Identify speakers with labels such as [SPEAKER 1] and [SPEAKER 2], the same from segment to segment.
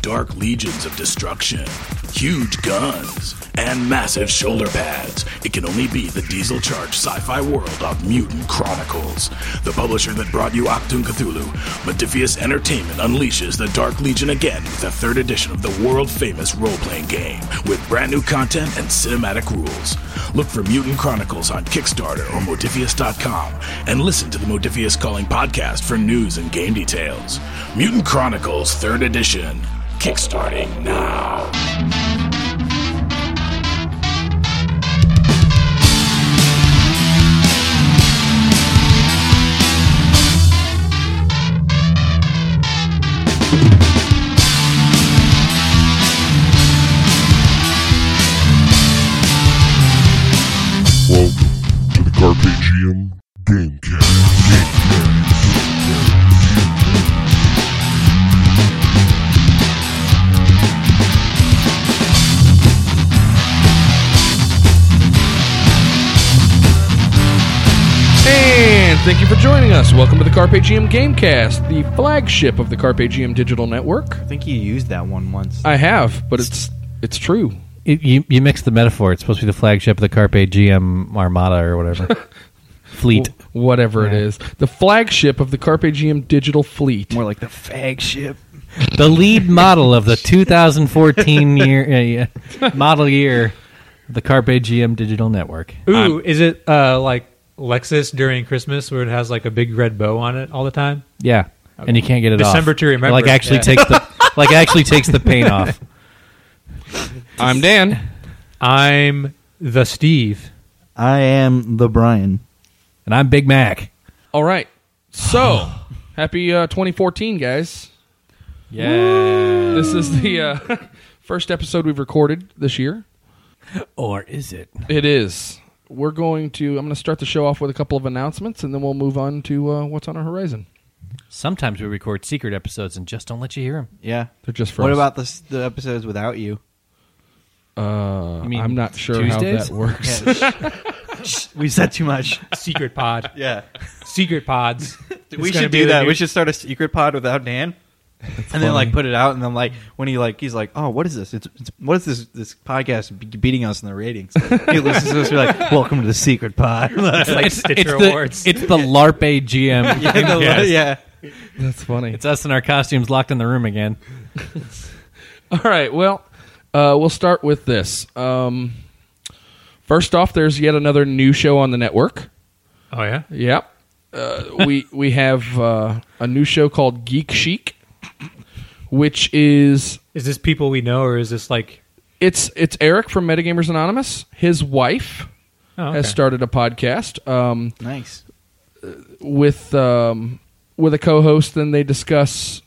[SPEAKER 1] dark legions of destruction, huge guns, and massive shoulder pads. It can only be the diesel charged sci fi world of Mutant Chronicles. The publisher that brought you Octoon Cthulhu, Modifius Entertainment unleashes the Dark Legion again with the third edition of the world famous role playing game with brand new content and cinematic rules. Look for Mutant Chronicles on Kickstarter or Modifius.com and listen to the Modifius Calling podcast for news and game details. Mutant Chronicles 3rd Edition, kickstarting now.
[SPEAKER 2] Welcome to the Carpagian Gamecast.
[SPEAKER 3] And thank you for joining us. Welcome to the Carpe Diem Gamecast, the flagship of the Carpe Diem Digital Network.
[SPEAKER 4] I think you used that one once.
[SPEAKER 3] I have, but it's it's true.
[SPEAKER 5] It, you you mixed the metaphor. It's supposed to be the flagship of the Carpe GM Armada or whatever fleet.
[SPEAKER 3] Wh- Whatever it is, the flagship of the Carpe Diem Digital Fleet.
[SPEAKER 4] More like the fag ship.
[SPEAKER 5] the lead model of the 2014 year uh, model year, of the Carpe GM Digital Network.
[SPEAKER 6] Ooh, is it uh, like Lexus during Christmas where it has like a big red bow on it all the time?
[SPEAKER 5] Yeah, and you can't get it off.
[SPEAKER 6] December to remember.
[SPEAKER 5] Like actually
[SPEAKER 6] Yeah.
[SPEAKER 5] takes the like actually takes the paint off.
[SPEAKER 3] I'm Dan.
[SPEAKER 6] I'm the Steve.
[SPEAKER 4] I am the Brian.
[SPEAKER 5] And I'm Big Mac.
[SPEAKER 3] All right, so happy uh, 2014, guys.
[SPEAKER 5] Yeah.
[SPEAKER 3] This is the uh, first episode we've recorded this year.
[SPEAKER 5] Or is it?
[SPEAKER 3] It is. We're going to. I'm going to start the show off with a couple of announcements, and then we'll move on to uh, what's on our horizon.
[SPEAKER 5] Sometimes we record secret episodes and just don't let you hear them.
[SPEAKER 4] Yeah.
[SPEAKER 3] They're just for
[SPEAKER 4] What
[SPEAKER 3] us.
[SPEAKER 4] about the, s- the episodes without you?
[SPEAKER 3] Uh,
[SPEAKER 5] You mean
[SPEAKER 3] I'm not sure how
[SPEAKER 5] Tuesdays?
[SPEAKER 3] that works.
[SPEAKER 4] we said too much.
[SPEAKER 6] Secret pod.
[SPEAKER 4] Yeah.
[SPEAKER 6] Secret pods. It's
[SPEAKER 4] we
[SPEAKER 6] gonna
[SPEAKER 4] should
[SPEAKER 6] be
[SPEAKER 4] do
[SPEAKER 6] the
[SPEAKER 4] that.
[SPEAKER 6] new-
[SPEAKER 4] We should start a secret pod without Dan. and then like put it out, and then like when he like he's like, oh, what is this? It's, it's what is this? This podcast be- beating us in the ratings. he listens to us. We're like, welcome to the secret pod.
[SPEAKER 6] It's like Stitcher Awards.
[SPEAKER 5] The, it's the LARPA GM.
[SPEAKER 4] yeah, the-
[SPEAKER 6] Yes.
[SPEAKER 4] yeah.
[SPEAKER 3] That's funny.
[SPEAKER 5] It's us in our costumes locked in the room again.
[SPEAKER 3] All right. Well, uh, we'll start with this. Um, first off, there's yet another new show on the network.
[SPEAKER 6] oh yeah.
[SPEAKER 3] Yep. Uh, we we have uh, a new show called Geek Chic, which is
[SPEAKER 6] Is this people we know or is this like?
[SPEAKER 3] it's it's Eric from Metagamers Anonymous. His wife
[SPEAKER 6] Oh, okay.
[SPEAKER 3] has started a podcast. Um,
[SPEAKER 4] Nice.
[SPEAKER 3] with um, with a co-host. Then they discuss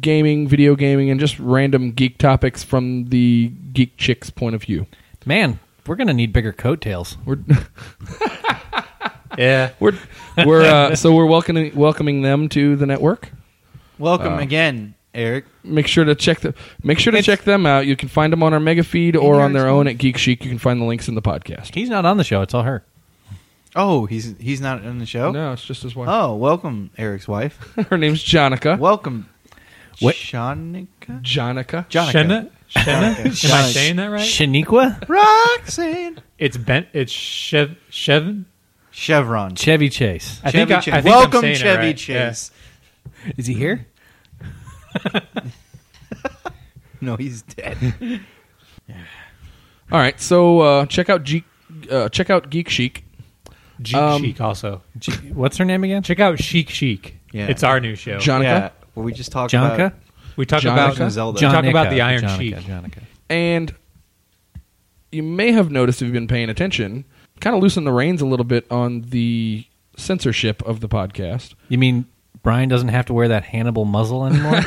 [SPEAKER 3] gaming, video gaming, and just random geek topics from the geek chick's point of view.
[SPEAKER 5] Man, we're gonna need bigger coattails.
[SPEAKER 3] We're
[SPEAKER 6] yeah.
[SPEAKER 3] we're we're uh, so we're welcoming welcoming them to the network.
[SPEAKER 4] Welcome again, Eric.
[SPEAKER 3] Make sure to check the make sure to
[SPEAKER 4] It's-
[SPEAKER 3] check them out. You can find them on our mega feed or on their own at Geek Chic. You can find the links in the podcast.
[SPEAKER 5] He's not on the show. It's all her.
[SPEAKER 4] Oh, he's he's not on the show.
[SPEAKER 3] No, it's just his wife.
[SPEAKER 4] Oh, welcome, Eric's wife.
[SPEAKER 3] Her name's Jonica.
[SPEAKER 4] Welcome,
[SPEAKER 5] What-
[SPEAKER 4] Shanika.
[SPEAKER 3] Jonica.
[SPEAKER 6] Shenna. Shenna. Am I saying that right?
[SPEAKER 5] Shaniqua?
[SPEAKER 4] Roxanne.
[SPEAKER 6] It's Ben. It's Chev. Chevin.
[SPEAKER 4] Chevron.
[SPEAKER 5] Chevy Chase.
[SPEAKER 6] I
[SPEAKER 4] Chevy
[SPEAKER 6] think I, I
[SPEAKER 4] Chase.
[SPEAKER 6] think I'm
[SPEAKER 4] Welcome,
[SPEAKER 6] saying it
[SPEAKER 4] Chevy
[SPEAKER 6] right.
[SPEAKER 4] Chase.
[SPEAKER 5] Is he here?
[SPEAKER 4] No, he's dead.
[SPEAKER 3] All right, so uh, check out Geek uh, check out Geek Chic.
[SPEAKER 6] Yeah. Geek
[SPEAKER 3] Um,
[SPEAKER 6] Chic also.
[SPEAKER 5] G- What's her name again?
[SPEAKER 6] Check out Chic Chic.
[SPEAKER 4] Yeah.
[SPEAKER 6] It's our new show.
[SPEAKER 3] Jonica.
[SPEAKER 4] yeah. Well, we just talked
[SPEAKER 5] Jonka?
[SPEAKER 4] about
[SPEAKER 6] we talk
[SPEAKER 3] Jonica?
[SPEAKER 6] about
[SPEAKER 4] Zelda.
[SPEAKER 6] John- talk
[SPEAKER 5] Jonica.
[SPEAKER 6] about the Iron
[SPEAKER 5] Jonica,
[SPEAKER 6] Sheik.
[SPEAKER 5] Jonica.
[SPEAKER 3] And you may have noticed if you've been paying attention, kind of loosened the reins a little bit on the censorship of the podcast.
[SPEAKER 5] You mean Brian doesn't have to wear that Hannibal muzzle anymore?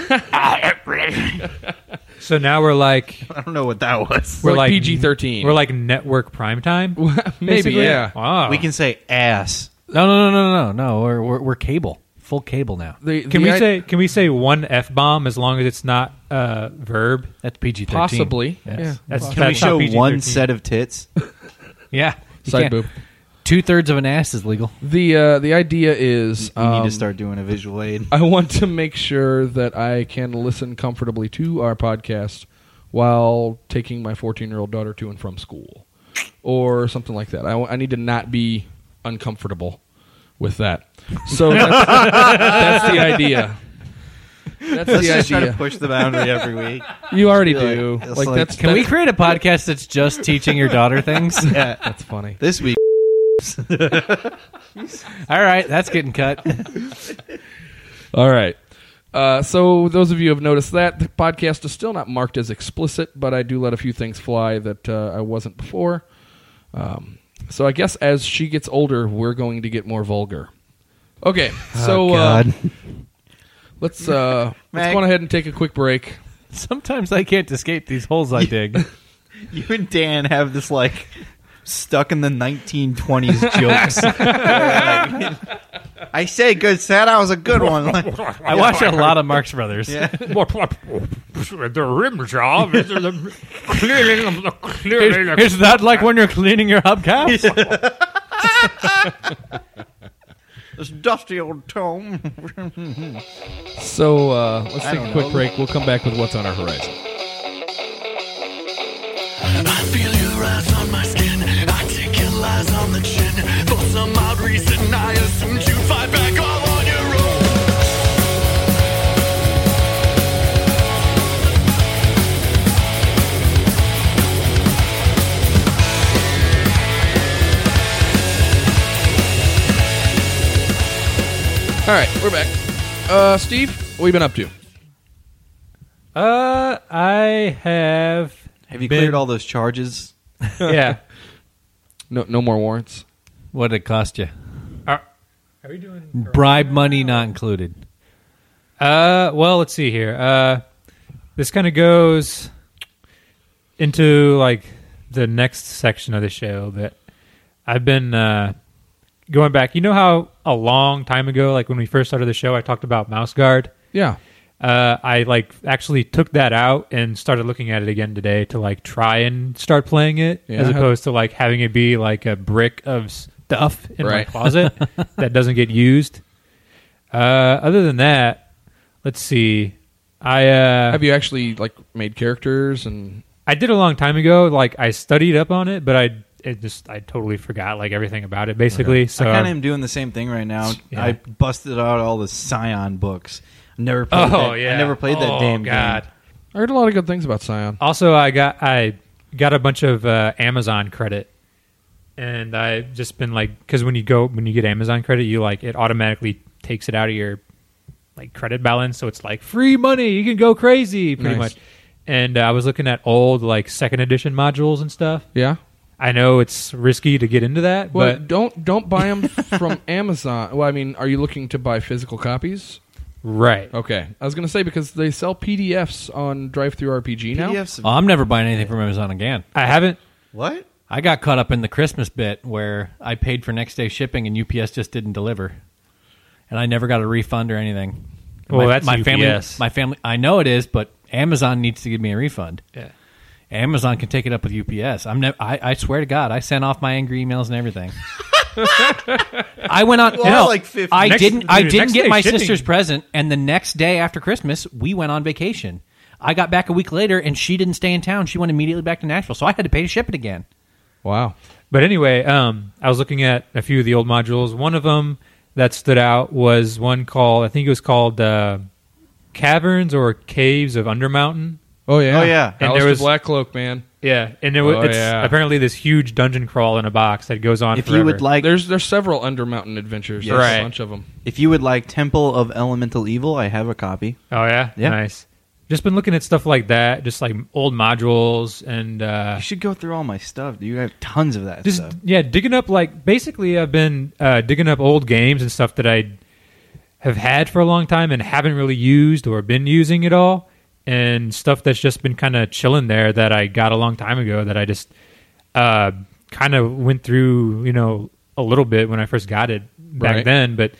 [SPEAKER 6] So now we're like
[SPEAKER 4] I don't know what that was.
[SPEAKER 3] We're
[SPEAKER 6] We're
[SPEAKER 3] like
[SPEAKER 6] like-
[SPEAKER 3] PG-13.
[SPEAKER 6] we're like network primetime.
[SPEAKER 3] Maybe,
[SPEAKER 6] basically?
[SPEAKER 3] yeah.
[SPEAKER 6] Wow.
[SPEAKER 4] We can say ass.
[SPEAKER 5] no, no, no, no, no, no. We're, we're, we're cable. Full cable now.
[SPEAKER 3] The-
[SPEAKER 6] Can
[SPEAKER 3] the
[SPEAKER 6] we
[SPEAKER 3] i-
[SPEAKER 6] say can we say one f bomb as long as it's not uh, verb?
[SPEAKER 5] That's PG 13.
[SPEAKER 3] possibly?
[SPEAKER 5] Yes.
[SPEAKER 3] Yeah.
[SPEAKER 6] That's,
[SPEAKER 4] Can we
[SPEAKER 6] that's not
[SPEAKER 4] show
[SPEAKER 6] PG-13.
[SPEAKER 4] one set of tits?
[SPEAKER 5] Yeah. You
[SPEAKER 3] Side
[SPEAKER 5] can't-
[SPEAKER 3] boob.
[SPEAKER 5] Two thirds of an ass is legal.
[SPEAKER 3] The uh, the idea is
[SPEAKER 4] We need
[SPEAKER 3] um,
[SPEAKER 4] to start doing a visual aid.
[SPEAKER 3] I want to make sure that I can listen comfortably to our podcast while taking my 14 year old daughter to and from school or something like that. I, w- I need to not be uncomfortable with that. So that's, that's the idea. That's
[SPEAKER 4] Let's
[SPEAKER 3] the
[SPEAKER 4] just try
[SPEAKER 3] idea.
[SPEAKER 4] to push the boundary every week.
[SPEAKER 3] you already
[SPEAKER 4] Like,
[SPEAKER 3] do.
[SPEAKER 4] it's
[SPEAKER 3] Like,
[SPEAKER 4] like-
[SPEAKER 3] that's
[SPEAKER 5] Can we
[SPEAKER 3] that's-
[SPEAKER 5] create a podcast that's just teaching your daughter things?
[SPEAKER 4] Yeah.
[SPEAKER 3] That's funny.
[SPEAKER 4] This week,
[SPEAKER 5] All right, that's getting cut.
[SPEAKER 3] All right. Uh, so those of you who have noticed that the podcast is still not marked as explicit, but I do let a few things fly that uh, I wasn't before. Um, so I guess as she gets older, we're going to get more vulgar. Okay,
[SPEAKER 4] Oh,
[SPEAKER 3] so uh, let's uh, let's
[SPEAKER 4] Meg.
[SPEAKER 3] go on ahead and take a quick break.
[SPEAKER 5] Sometimes I can't escape these holes I dig.
[SPEAKER 4] you and Dan have this like stuck in the 1920s jokes. Like, I say good Santa was a good one. Like,
[SPEAKER 5] I watch a lot of Marx Brothers.
[SPEAKER 4] yeah.
[SPEAKER 6] the rim job is the clearing the clearing
[SPEAKER 5] Is, is that like when you're cleaning your hubcaps?
[SPEAKER 4] This dusty old tome.
[SPEAKER 3] So uh, let's take
[SPEAKER 4] don't
[SPEAKER 3] a quick
[SPEAKER 4] know.
[SPEAKER 3] break. We'll come back with what's on our horizon.
[SPEAKER 7] I feel your eyes on my skin. I take your lies on the chin. For some odd reason, I assumed you fight back all on your own.
[SPEAKER 3] All right, we're back. Uh, Steve, what have you been up to?
[SPEAKER 6] Uh, I have.
[SPEAKER 4] Have you
[SPEAKER 6] been-
[SPEAKER 4] cleared all those charges?
[SPEAKER 6] Yeah.
[SPEAKER 3] No, no more warrants.
[SPEAKER 5] What'd it cost you?
[SPEAKER 6] Are, are we doing?
[SPEAKER 5] Bribe money not included.
[SPEAKER 6] Uh, well, let's see here. Uh, this kind of goes into like the next section of the show that I've been uh, going back. You know how a long time ago, like when we first started the show, I talked about mouse guard.
[SPEAKER 3] Yeah.
[SPEAKER 6] Uh, I like actually took that out and started looking at it again today to like try and start playing it
[SPEAKER 3] Yeah.
[SPEAKER 6] as opposed to like having it be like a brick of stuff in
[SPEAKER 3] Right.
[SPEAKER 6] my closet that doesn't get used. Uh, other than that, let's see. I uh,
[SPEAKER 3] Have you actually like made characters and
[SPEAKER 6] I did a long time ago. Like I studied up on it, but I it just I totally forgot like everything about it basically. So
[SPEAKER 4] I kind of am doing the same thing right now.
[SPEAKER 6] Uh, Yeah.
[SPEAKER 4] I busted out all the Scion books. Never played
[SPEAKER 6] oh
[SPEAKER 4] that.
[SPEAKER 6] yeah,
[SPEAKER 4] I never played that
[SPEAKER 6] Oh,
[SPEAKER 4] damn
[SPEAKER 6] God.
[SPEAKER 4] game.
[SPEAKER 3] I heard a lot of good things about Scion.
[SPEAKER 6] Also, I got I got a bunch of uh, Amazon credit, and I've just been like, because when you go when you get Amazon credit, you like it automatically takes it out of your like credit balance, so it's like free money. You can go crazy, pretty
[SPEAKER 3] Nice.
[SPEAKER 6] much. And uh, I was looking at old like second edition modules and stuff.
[SPEAKER 3] Yeah.
[SPEAKER 6] I know it's risky to get into that,
[SPEAKER 3] Well,
[SPEAKER 6] but
[SPEAKER 3] don't don't buy them from Amazon. Well, I mean, are you looking to buy physical copies?
[SPEAKER 6] right.
[SPEAKER 3] Okay, I was gonna say because they sell PDFs on Drive Through RPG now.
[SPEAKER 4] PDFs.
[SPEAKER 6] Uh,
[SPEAKER 5] Oh, I'm never buying anything from Amazon again.
[SPEAKER 6] I haven't.
[SPEAKER 4] What?
[SPEAKER 5] I got caught up in the Christmas bit where I paid for next day shipping and UPS just didn't deliver, and I never got a refund or anything.
[SPEAKER 6] Well, that's
[SPEAKER 5] my family.
[SPEAKER 6] UPS.
[SPEAKER 5] My family. I know it is, but Amazon needs to give me a refund.
[SPEAKER 6] Yeah.
[SPEAKER 5] Amazon can take it up with UPS. I'm never. I, I swear to God, I sent off my angry emails and everything. I went on.
[SPEAKER 4] Well,
[SPEAKER 5] no,
[SPEAKER 4] like 50.
[SPEAKER 5] I
[SPEAKER 6] Next-
[SPEAKER 5] didn't. I
[SPEAKER 6] dude,
[SPEAKER 5] didn't
[SPEAKER 6] next
[SPEAKER 5] get
[SPEAKER 6] day
[SPEAKER 5] my
[SPEAKER 6] shipping.
[SPEAKER 5] sister's present, and the next day after Christmas, we went on vacation. I got back a week later, and she didn't stay in town. She went immediately back to Nashville, so I had to pay to ship it again.
[SPEAKER 3] Wow.
[SPEAKER 6] But anyway, um, I was looking at a few of the old modules. One of them that stood out was one called, I think it was called uh, Caverns or Caves of Undermountain.
[SPEAKER 3] Oh yeah.
[SPEAKER 4] Oh, yeah.
[SPEAKER 6] And
[SPEAKER 3] And
[SPEAKER 6] there
[SPEAKER 3] there
[SPEAKER 6] was-
[SPEAKER 3] Black Cloak, man.
[SPEAKER 6] Yeah, and it was
[SPEAKER 3] Oh,
[SPEAKER 6] it's
[SPEAKER 3] yeah.
[SPEAKER 6] apparently this huge dungeon crawl in a box that goes on.
[SPEAKER 4] If
[SPEAKER 6] forever.
[SPEAKER 4] you would like,
[SPEAKER 3] There's there's several Undermountain adventures. There's
[SPEAKER 6] Right.
[SPEAKER 3] a bunch of them.
[SPEAKER 4] if you would like Temple of Elemental Evil, I have a copy.
[SPEAKER 6] oh yeah,
[SPEAKER 4] Yeah.
[SPEAKER 6] nice. Just been looking at stuff like that, just like old modules and uh,
[SPEAKER 4] You should go through all my stuff. dude. You have tons of that
[SPEAKER 6] just
[SPEAKER 4] stuff.
[SPEAKER 6] yeah digging up like basically i've been uh, digging up old games and stuff that i have had for a long time and haven't really used or been using at all and stuff that's just been kind of chilling there that i got a long time ago that i just uh, kind of went through you know a little bit when i first got it back
[SPEAKER 3] Right.
[SPEAKER 6] then but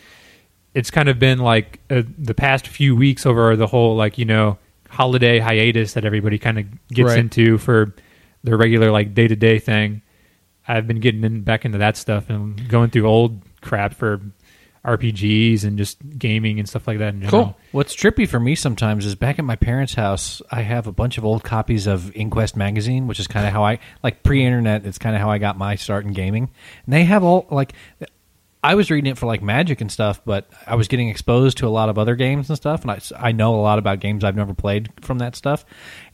[SPEAKER 6] it's kind of been like uh, the past few weeks over the whole like you know holiday hiatus that everybody kind of gets
[SPEAKER 3] Right.
[SPEAKER 6] into for their regular like day to day thing. I've been getting in, back into that stuff and going through old crap for RPGs and just gaming and stuff like that. In general.
[SPEAKER 3] Cool.
[SPEAKER 5] What's trippy for me sometimes is back at my parents' house, I have a bunch of old copies of Inquest magazine, which is kind of how I like pre-internet. It's kind of how I got my start in gaming. And they have all like, I was reading it for like magic and stuff, but I was getting exposed to a lot of other games and stuff, and I I know a lot about games I've never played from that stuff,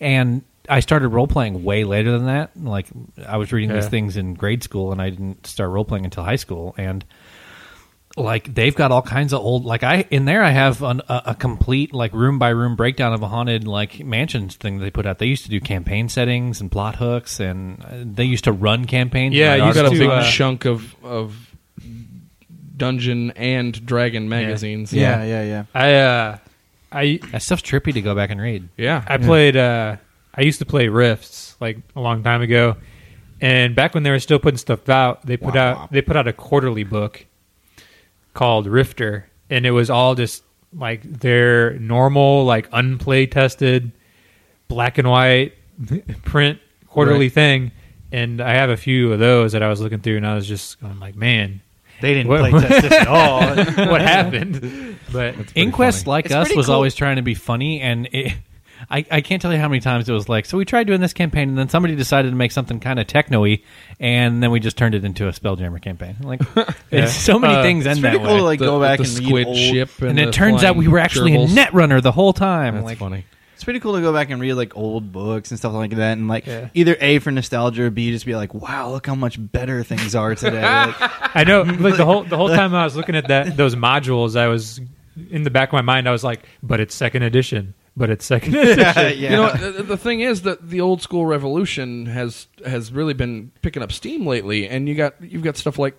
[SPEAKER 5] and. I started role playing way later than that. Like I was reading these
[SPEAKER 6] Yeah.
[SPEAKER 5] things in grade school, and I didn't start role playing until high school. And like they've got all kinds of old like i in there i have an, a, a complete like room by room breakdown of a haunted like mansions thing they put out they used to do campaign settings and plot hooks and uh, they used to run campaigns
[SPEAKER 6] Yeah,
[SPEAKER 5] and
[SPEAKER 6] you
[SPEAKER 3] you
[SPEAKER 5] write
[SPEAKER 3] got a
[SPEAKER 5] articles.
[SPEAKER 6] to,
[SPEAKER 3] big
[SPEAKER 6] uh,
[SPEAKER 3] chunk of of dungeon and dragon magazines.
[SPEAKER 4] Yeah, yeah, yeah.
[SPEAKER 6] I uh, I
[SPEAKER 5] that stuff's trippy to go back and read
[SPEAKER 3] yeah.
[SPEAKER 6] I played. Uh, I used to play Rifts like a long time ago, and back when they were still putting stuff out, they put out they put out a quarterly book called Rifter, and it was all just like their normal, like unplay tested, black and white print quarterly
[SPEAKER 3] Right.
[SPEAKER 6] thing. And I have a few of those that I was looking through, and I was just going like, man,
[SPEAKER 4] They didn't
[SPEAKER 6] What-
[SPEAKER 4] play test this at all.
[SPEAKER 6] what happened? But
[SPEAKER 5] inquest like
[SPEAKER 4] It's
[SPEAKER 5] us
[SPEAKER 4] pretty
[SPEAKER 5] was
[SPEAKER 4] cool.
[SPEAKER 5] always trying to be funny and it I, I can't tell you how many times it was like so we tried doing this campaign and then somebody decided to make something kind of techno-y and then we just turned it into a spelljammer campaign like it's so many
[SPEAKER 6] Uh,
[SPEAKER 5] things end
[SPEAKER 4] It's
[SPEAKER 5] that
[SPEAKER 4] pretty cool
[SPEAKER 5] way
[SPEAKER 4] to like
[SPEAKER 3] The-
[SPEAKER 4] go back
[SPEAKER 3] the
[SPEAKER 4] and read
[SPEAKER 3] squid
[SPEAKER 4] old,
[SPEAKER 3] ship, and,
[SPEAKER 5] and,
[SPEAKER 3] the
[SPEAKER 5] it turns out we
[SPEAKER 3] flying
[SPEAKER 5] were actually
[SPEAKER 3] gerbils.
[SPEAKER 5] in Netrunner the whole time.
[SPEAKER 3] That's
[SPEAKER 5] like,
[SPEAKER 3] funny.
[SPEAKER 4] It's pretty cool to go back and read like old books and stuff like that, and like
[SPEAKER 6] Yeah.
[SPEAKER 4] either a for nostalgia or b just be like, wow, look how much better things are today. Like,
[SPEAKER 6] I know. Like the whole the whole time I was looking at that those modules, I was in the back of my mind. I was like, "But it's second edition. But it's second edition."
[SPEAKER 4] yeah.
[SPEAKER 3] You know, the, the thing is that the old school revolution has has really been picking up steam lately, and you got you've got stuff like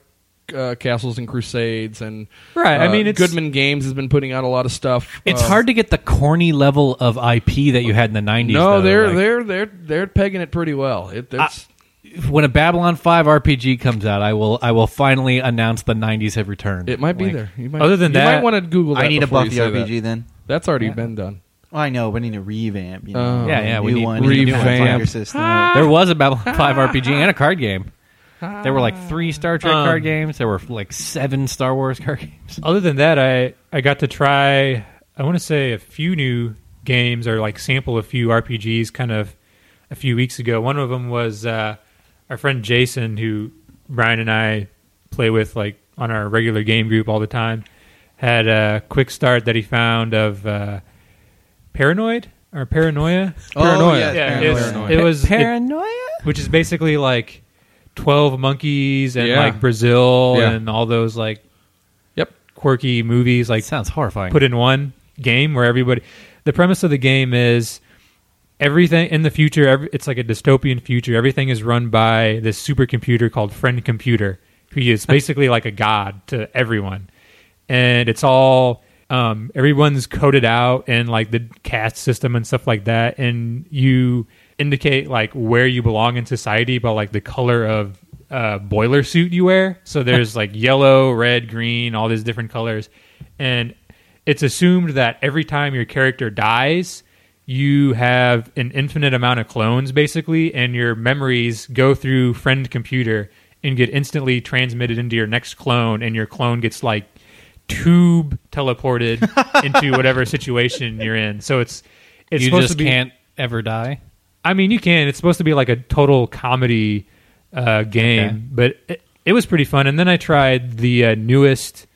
[SPEAKER 3] uh, Castles and Crusades, and
[SPEAKER 6] Right, I
[SPEAKER 3] uh,
[SPEAKER 6] mean, it's-
[SPEAKER 3] Goodman Games has been putting out a lot of stuff.
[SPEAKER 5] It's
[SPEAKER 3] Uh,
[SPEAKER 5] hard to get the corny level of IP that you had in the '90s.
[SPEAKER 3] No,
[SPEAKER 5] though.
[SPEAKER 3] they're
[SPEAKER 5] Like,
[SPEAKER 3] they're they're they're pegging it pretty well. It, it's,
[SPEAKER 5] When a Babylon Five RPG comes out, I will I will finally announce the '90s have returned.
[SPEAKER 3] it might be
[SPEAKER 5] Like,
[SPEAKER 3] there. You might,
[SPEAKER 6] Other than
[SPEAKER 3] you
[SPEAKER 6] that,
[SPEAKER 3] might want to Google. That
[SPEAKER 4] I need to
[SPEAKER 3] before
[SPEAKER 4] buff the
[SPEAKER 3] you say that.
[SPEAKER 4] RPG then.
[SPEAKER 3] That's already been done.
[SPEAKER 4] Well, I know, but I need a revamp. You know,
[SPEAKER 3] Oh. Yeah,
[SPEAKER 4] a
[SPEAKER 5] yeah,
[SPEAKER 4] new
[SPEAKER 5] we need-
[SPEAKER 4] one,
[SPEAKER 5] we
[SPEAKER 3] need
[SPEAKER 4] a new
[SPEAKER 3] revamp. Ah.
[SPEAKER 4] fighter system.
[SPEAKER 5] There was a Babylon Five RPG and a card game. There were like three Star Trek
[SPEAKER 6] Um,
[SPEAKER 5] card games. There were like seven Star Wars card games.
[SPEAKER 6] Other than that, I I got to try. I want to say a few new games or like sample a few RPGs. Kind of a few weeks ago, one of them was uh, our friend Jason, who Brian and I play with like on our regular game group all the time. Had a quick start that he found of uh, Paranoid or Paranoia.
[SPEAKER 4] Oh,
[SPEAKER 3] Paranoia.
[SPEAKER 4] yeah,
[SPEAKER 6] yeah,
[SPEAKER 4] Paranoia.
[SPEAKER 6] it's- it was it-
[SPEAKER 5] paranoia.
[SPEAKER 6] which is basically like Twelve Monkeys and
[SPEAKER 3] Yeah.
[SPEAKER 6] like Brazil
[SPEAKER 3] Yeah.
[SPEAKER 6] and all those like
[SPEAKER 3] Yep.
[SPEAKER 6] quirky movies
[SPEAKER 5] It
[SPEAKER 6] like
[SPEAKER 5] sounds horrifying.
[SPEAKER 6] put in one game where everybody. The premise of the game is everything in the future. Every, it's like a dystopian future. Everything is run by this supercomputer called Friend Computer, who is basically like a god to everyone. And it's all um, everyone's coded out and like the caste system and stuff like that. And you indicate like where you belong in society by like the color of uh, boiler suit you wear. So there's like yellow, red, green, all these different colors. And it's assumed that every time your character dies, you have an infinite amount of clones basically, and your memories go through friend computer and get instantly transmitted into your next clone, and your clone gets like tube teleported into whatever situation you're in. So it's it's
[SPEAKER 5] you
[SPEAKER 6] supposed
[SPEAKER 5] just
[SPEAKER 6] to be,
[SPEAKER 5] can't ever die.
[SPEAKER 6] I mean, you can. It's supposed to be like a total comedy uh, game,
[SPEAKER 5] Okay.
[SPEAKER 6] but it, it was pretty fun. And then I tried the uh, newest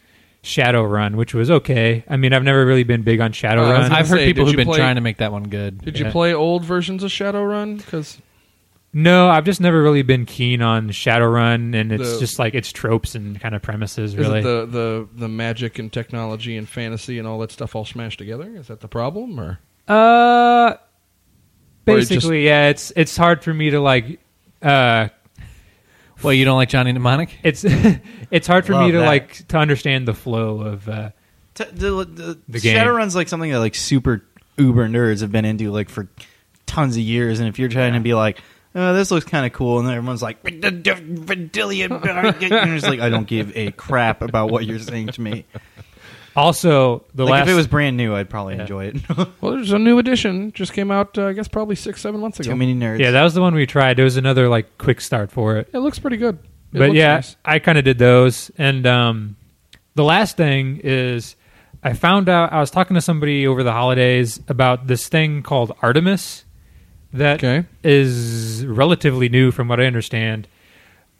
[SPEAKER 6] Shadowrun, which was okay. I mean, I've never really been big
[SPEAKER 3] Uh,
[SPEAKER 6] on
[SPEAKER 3] I was
[SPEAKER 6] Shadowrun.
[SPEAKER 3] gonna
[SPEAKER 5] I've heard
[SPEAKER 3] say,
[SPEAKER 5] people
[SPEAKER 3] did
[SPEAKER 5] who've
[SPEAKER 3] you
[SPEAKER 5] been
[SPEAKER 3] play-
[SPEAKER 5] trying to make that one good.
[SPEAKER 3] Did
[SPEAKER 5] Yeah.
[SPEAKER 3] you play old versions of Shadowrun? Because
[SPEAKER 6] no, I've just never really been keen on Shadowrun, and it's
[SPEAKER 3] The-
[SPEAKER 6] just like its tropes and kind of premises, really.
[SPEAKER 3] Is it the, the, the magic and technology and fantasy and all that stuff all smashed together? Is that the problem? Or Or
[SPEAKER 6] Uh,
[SPEAKER 3] it just-
[SPEAKER 6] basically, yeah. It's it's hard for me to like. Uh,
[SPEAKER 5] Well, you don't like Johnny Mnemonic?
[SPEAKER 6] it's it's hard for
[SPEAKER 4] Love
[SPEAKER 6] me to
[SPEAKER 4] that.
[SPEAKER 6] like to understand the flow of. Uh,
[SPEAKER 4] T- the, the,
[SPEAKER 6] The game.
[SPEAKER 4] Shadowrun's like something that like super uber nerds have been into like for tons of years, and if you're trying to be like, oh, this looks kind of cool, and then everyone's like, Vidillion, and it's like I don't give a crap about what you're saying to me.
[SPEAKER 6] Also, the
[SPEAKER 4] Like
[SPEAKER 6] last
[SPEAKER 4] if it was brand new, I'd probably
[SPEAKER 6] Yeah.
[SPEAKER 4] enjoy it.
[SPEAKER 3] Well, there's a new edition. Just came out, uh, I guess, probably six, seven months ago.
[SPEAKER 4] Too many nerds.
[SPEAKER 6] yeah, that was the one we tried. There was another like quick start for it.
[SPEAKER 3] it looks pretty good. It
[SPEAKER 6] but
[SPEAKER 3] looks
[SPEAKER 6] yeah,
[SPEAKER 3] nice.
[SPEAKER 6] I kind of did those. And um, the last thing is, I found out I was talking to somebody over the holidays about this thing called Artemis that is
[SPEAKER 3] Okay.
[SPEAKER 6] relatively new, from what I understand.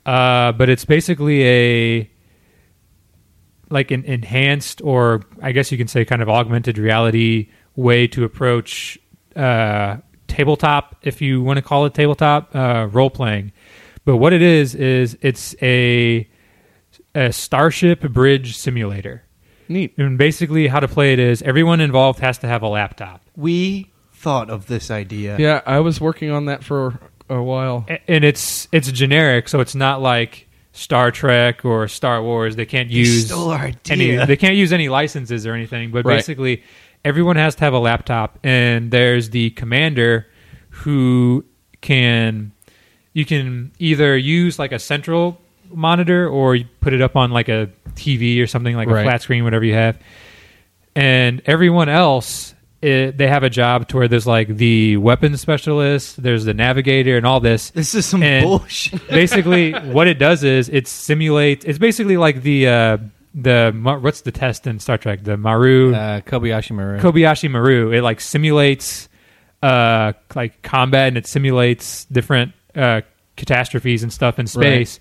[SPEAKER 6] Uh, but it's basically a like an enhanced, or I guess you can say, kind of augmented reality way to approach uh, tabletop, if you want to call it tabletop uh, role playing. But what it is is it's a a starship bridge simulator.
[SPEAKER 3] neat.
[SPEAKER 6] And basically, how to play it is everyone involved has to have a laptop,
[SPEAKER 4] we thought of this idea.
[SPEAKER 3] Yeah, I was working on that for a while.
[SPEAKER 6] A- and it's it's generic, so it's not like Star Trek or Star Wars. They can't use
[SPEAKER 4] stole our
[SPEAKER 6] any.
[SPEAKER 4] idea.
[SPEAKER 6] They can't use any licenses or anything. But
[SPEAKER 3] Right.
[SPEAKER 6] basically, everyone has to have a laptop, and there's the commander who can you can either use like a central monitor or you put it up on like a TV or something like
[SPEAKER 3] Right.
[SPEAKER 6] a flat screen, whatever you have. and everyone else it, they have a job to where there's like the weapons specialist there's the navigator and all this
[SPEAKER 4] This is some
[SPEAKER 6] And
[SPEAKER 4] bullshit.
[SPEAKER 6] basically what it does is it simulates it's basically like the uh the Ma- what's the test in star trek the maru
[SPEAKER 5] Uh, Kobayashi Maru.
[SPEAKER 6] kobayashi maru it like simulates uh like combat and it simulates different uh catastrophes and stuff in space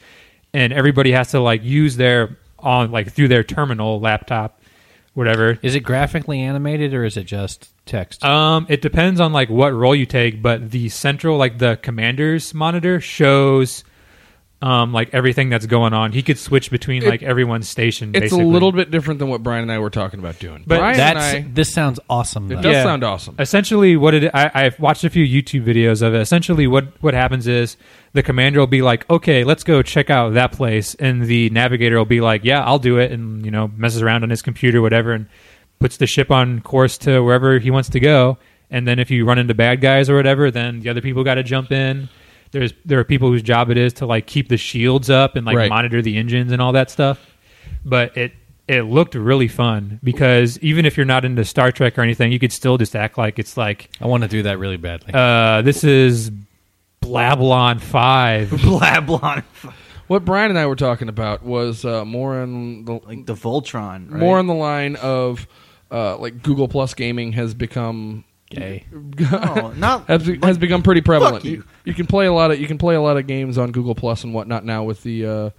[SPEAKER 6] and everybody has to like use their on like through their terminal laptop whatever
[SPEAKER 5] is it graphically animated or is it just
[SPEAKER 3] Uh,
[SPEAKER 5] text?
[SPEAKER 6] um, it depends on like what role you take, but the central, like the commander's monitor, shows um like everything that's going on. He could switch between like everyone's station.
[SPEAKER 3] It's
[SPEAKER 6] basically.
[SPEAKER 3] a little bit different than what Brian and I were talking about doing.
[SPEAKER 6] But
[SPEAKER 3] Brian
[SPEAKER 5] That's
[SPEAKER 3] and
[SPEAKER 5] this sounds awesome.
[SPEAKER 3] I, it
[SPEAKER 5] though.
[SPEAKER 3] does
[SPEAKER 6] Yeah.
[SPEAKER 3] sound awesome.
[SPEAKER 6] Essentially, what it I, I've watched a few YouTube videos of it. Essentially, what what happens is the commander will be like, "Okay, let's go check out that place," and the navigator will be like, "Yeah, I'll do it," and you know messes around on his computer, whatever, and puts the ship on course to wherever he wants to go. And then if you run into bad guys or whatever, then the other people got to jump in. There's there are people whose job it is to like keep the shields up and like
[SPEAKER 3] Right.
[SPEAKER 6] monitor the engines and all that stuff but it it looked really fun because even if you're not into Star Trek or anything, you could still just act like it's like
[SPEAKER 5] I want to do that really badly.
[SPEAKER 6] uh, this is Blablon Five.
[SPEAKER 4] Blablon.
[SPEAKER 3] What Brian and I were talking about was uh, more on the
[SPEAKER 4] Like the Voltron. Right?
[SPEAKER 3] more on the line of uh, like Google Plus gaming has become
[SPEAKER 5] Gay.
[SPEAKER 4] No, not
[SPEAKER 3] has, has become pretty prevalent.
[SPEAKER 4] you.
[SPEAKER 3] You, you can play a lot of you can play a lot of games on Google Plus and whatnot now with the uh,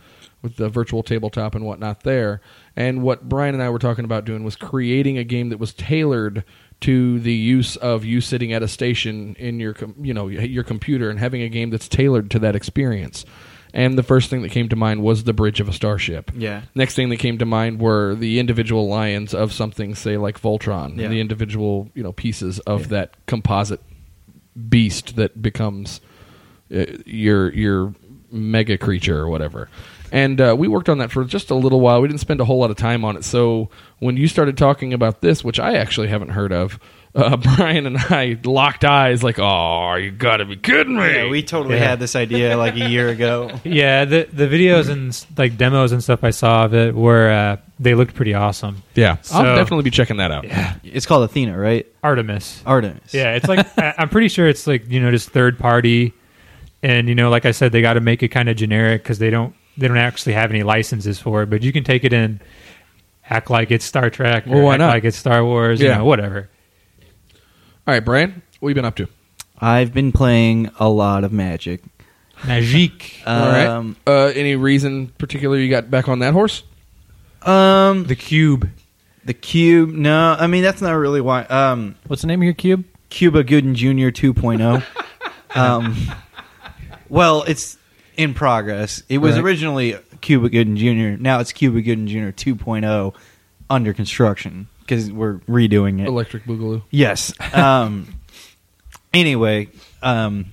[SPEAKER 3] with the virtual tabletop and whatnot there. And what Brian and I were talking about doing was creating a game that was tailored to the use of you sitting at a station in your com- you know your computer and having a game that's tailored to that experience. And the first thing that came to mind was the bridge of a starship.
[SPEAKER 4] Yeah.
[SPEAKER 3] Next thing that came to mind were the individual lions of something, say like Voltron,
[SPEAKER 4] Yeah.
[SPEAKER 3] the individual you know pieces of that composite beast that becomes uh, your your mega creature or whatever. And uh, we worked on that for just a little while. We didn't spend a whole lot of time on it. So when you started talking about this, which I actually haven't heard of, uh, Brian and I locked eyes, like, "Oh, you got to be kidding me!"
[SPEAKER 4] Yeah, we totally had this idea like a year ago.
[SPEAKER 6] yeah, the the videos and like demos and stuff I saw of it were uh, they looked pretty awesome.
[SPEAKER 3] Yeah. I'll
[SPEAKER 6] So-
[SPEAKER 3] definitely be checking that out.
[SPEAKER 4] It's called Athena, right?
[SPEAKER 6] Artemis.
[SPEAKER 4] Artemis.
[SPEAKER 6] Yeah, it's like I- I'm pretty sure it's like you know just third party, and you know like I said they got to make it kind of generic because they don't they don't actually have any licenses for it. But you can take it in, act like it's Star Trek, or
[SPEAKER 3] Well, why
[SPEAKER 6] act
[SPEAKER 3] not?
[SPEAKER 6] like it's Star Wars,
[SPEAKER 3] Yeah.
[SPEAKER 6] you know, whatever.
[SPEAKER 3] All right, Brian, what have you been up to?
[SPEAKER 4] I've been playing a lot of Magic. Um,
[SPEAKER 6] Najik,
[SPEAKER 3] All right. Uh, any reason particular you got back on that horse?
[SPEAKER 4] um,
[SPEAKER 6] the Cube.
[SPEAKER 4] the Cube. No, I mean that's not really why. Um,
[SPEAKER 5] What's the name of your cube?
[SPEAKER 4] Cuba Gooden Jr. 2.0. oh. um, well, it's in progress. It was
[SPEAKER 3] Right.
[SPEAKER 4] originally Cuba Gooden Jr. Now it's Cuba Gooden Jr. 2.0 under construction because we're redoing it.
[SPEAKER 3] Electric Boogaloo.
[SPEAKER 4] Yes. Um, anyway, um,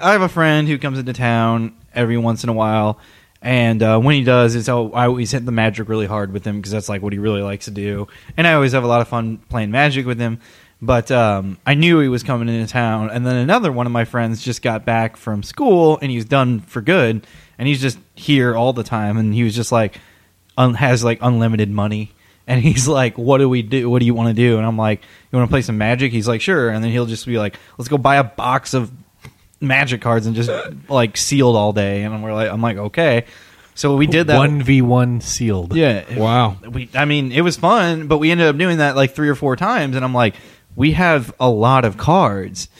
[SPEAKER 4] I have a friend who comes into town every once in a while, and uh, when he does, it's all, I always hit the magic really hard with him because that's like what he really likes to do, and I always have a lot of fun playing magic with him. But um, I knew he was coming into town, and then another one of my friends just got back from school, and he's done for good, and he's just here all the time, and he was just like un- has like unlimited money and he's like, "What do we do? What do you want to do?" And I'm like, "You want to play some Magic?" He's like, "Sure." And then he'll just be like, "Let's go buy a box of Magic cards and just like sealed all day." And we're like, "I'm like, okay." So we did that
[SPEAKER 5] One v one sealed.
[SPEAKER 4] yeah.
[SPEAKER 3] Wow.
[SPEAKER 4] We, I mean, it was fun, but we ended up doing that like three or four times, and I'm like, we have a lot of cards.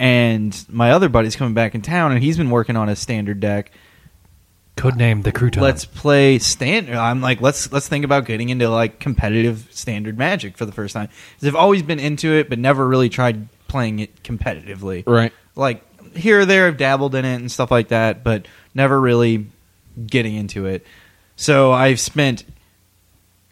[SPEAKER 4] And my other buddy's coming back in town, and he's been working on a standard deck.
[SPEAKER 5] Codename the crouton.
[SPEAKER 4] Let's play standard. I'm like, let's let's think about getting into like competitive standard Magic for the first time. 'Cause I've always been into it, but never really tried playing it competitively
[SPEAKER 3] Right.
[SPEAKER 4] like here or there I've dabbled in it and stuff like that, but never really getting into it. So I've spent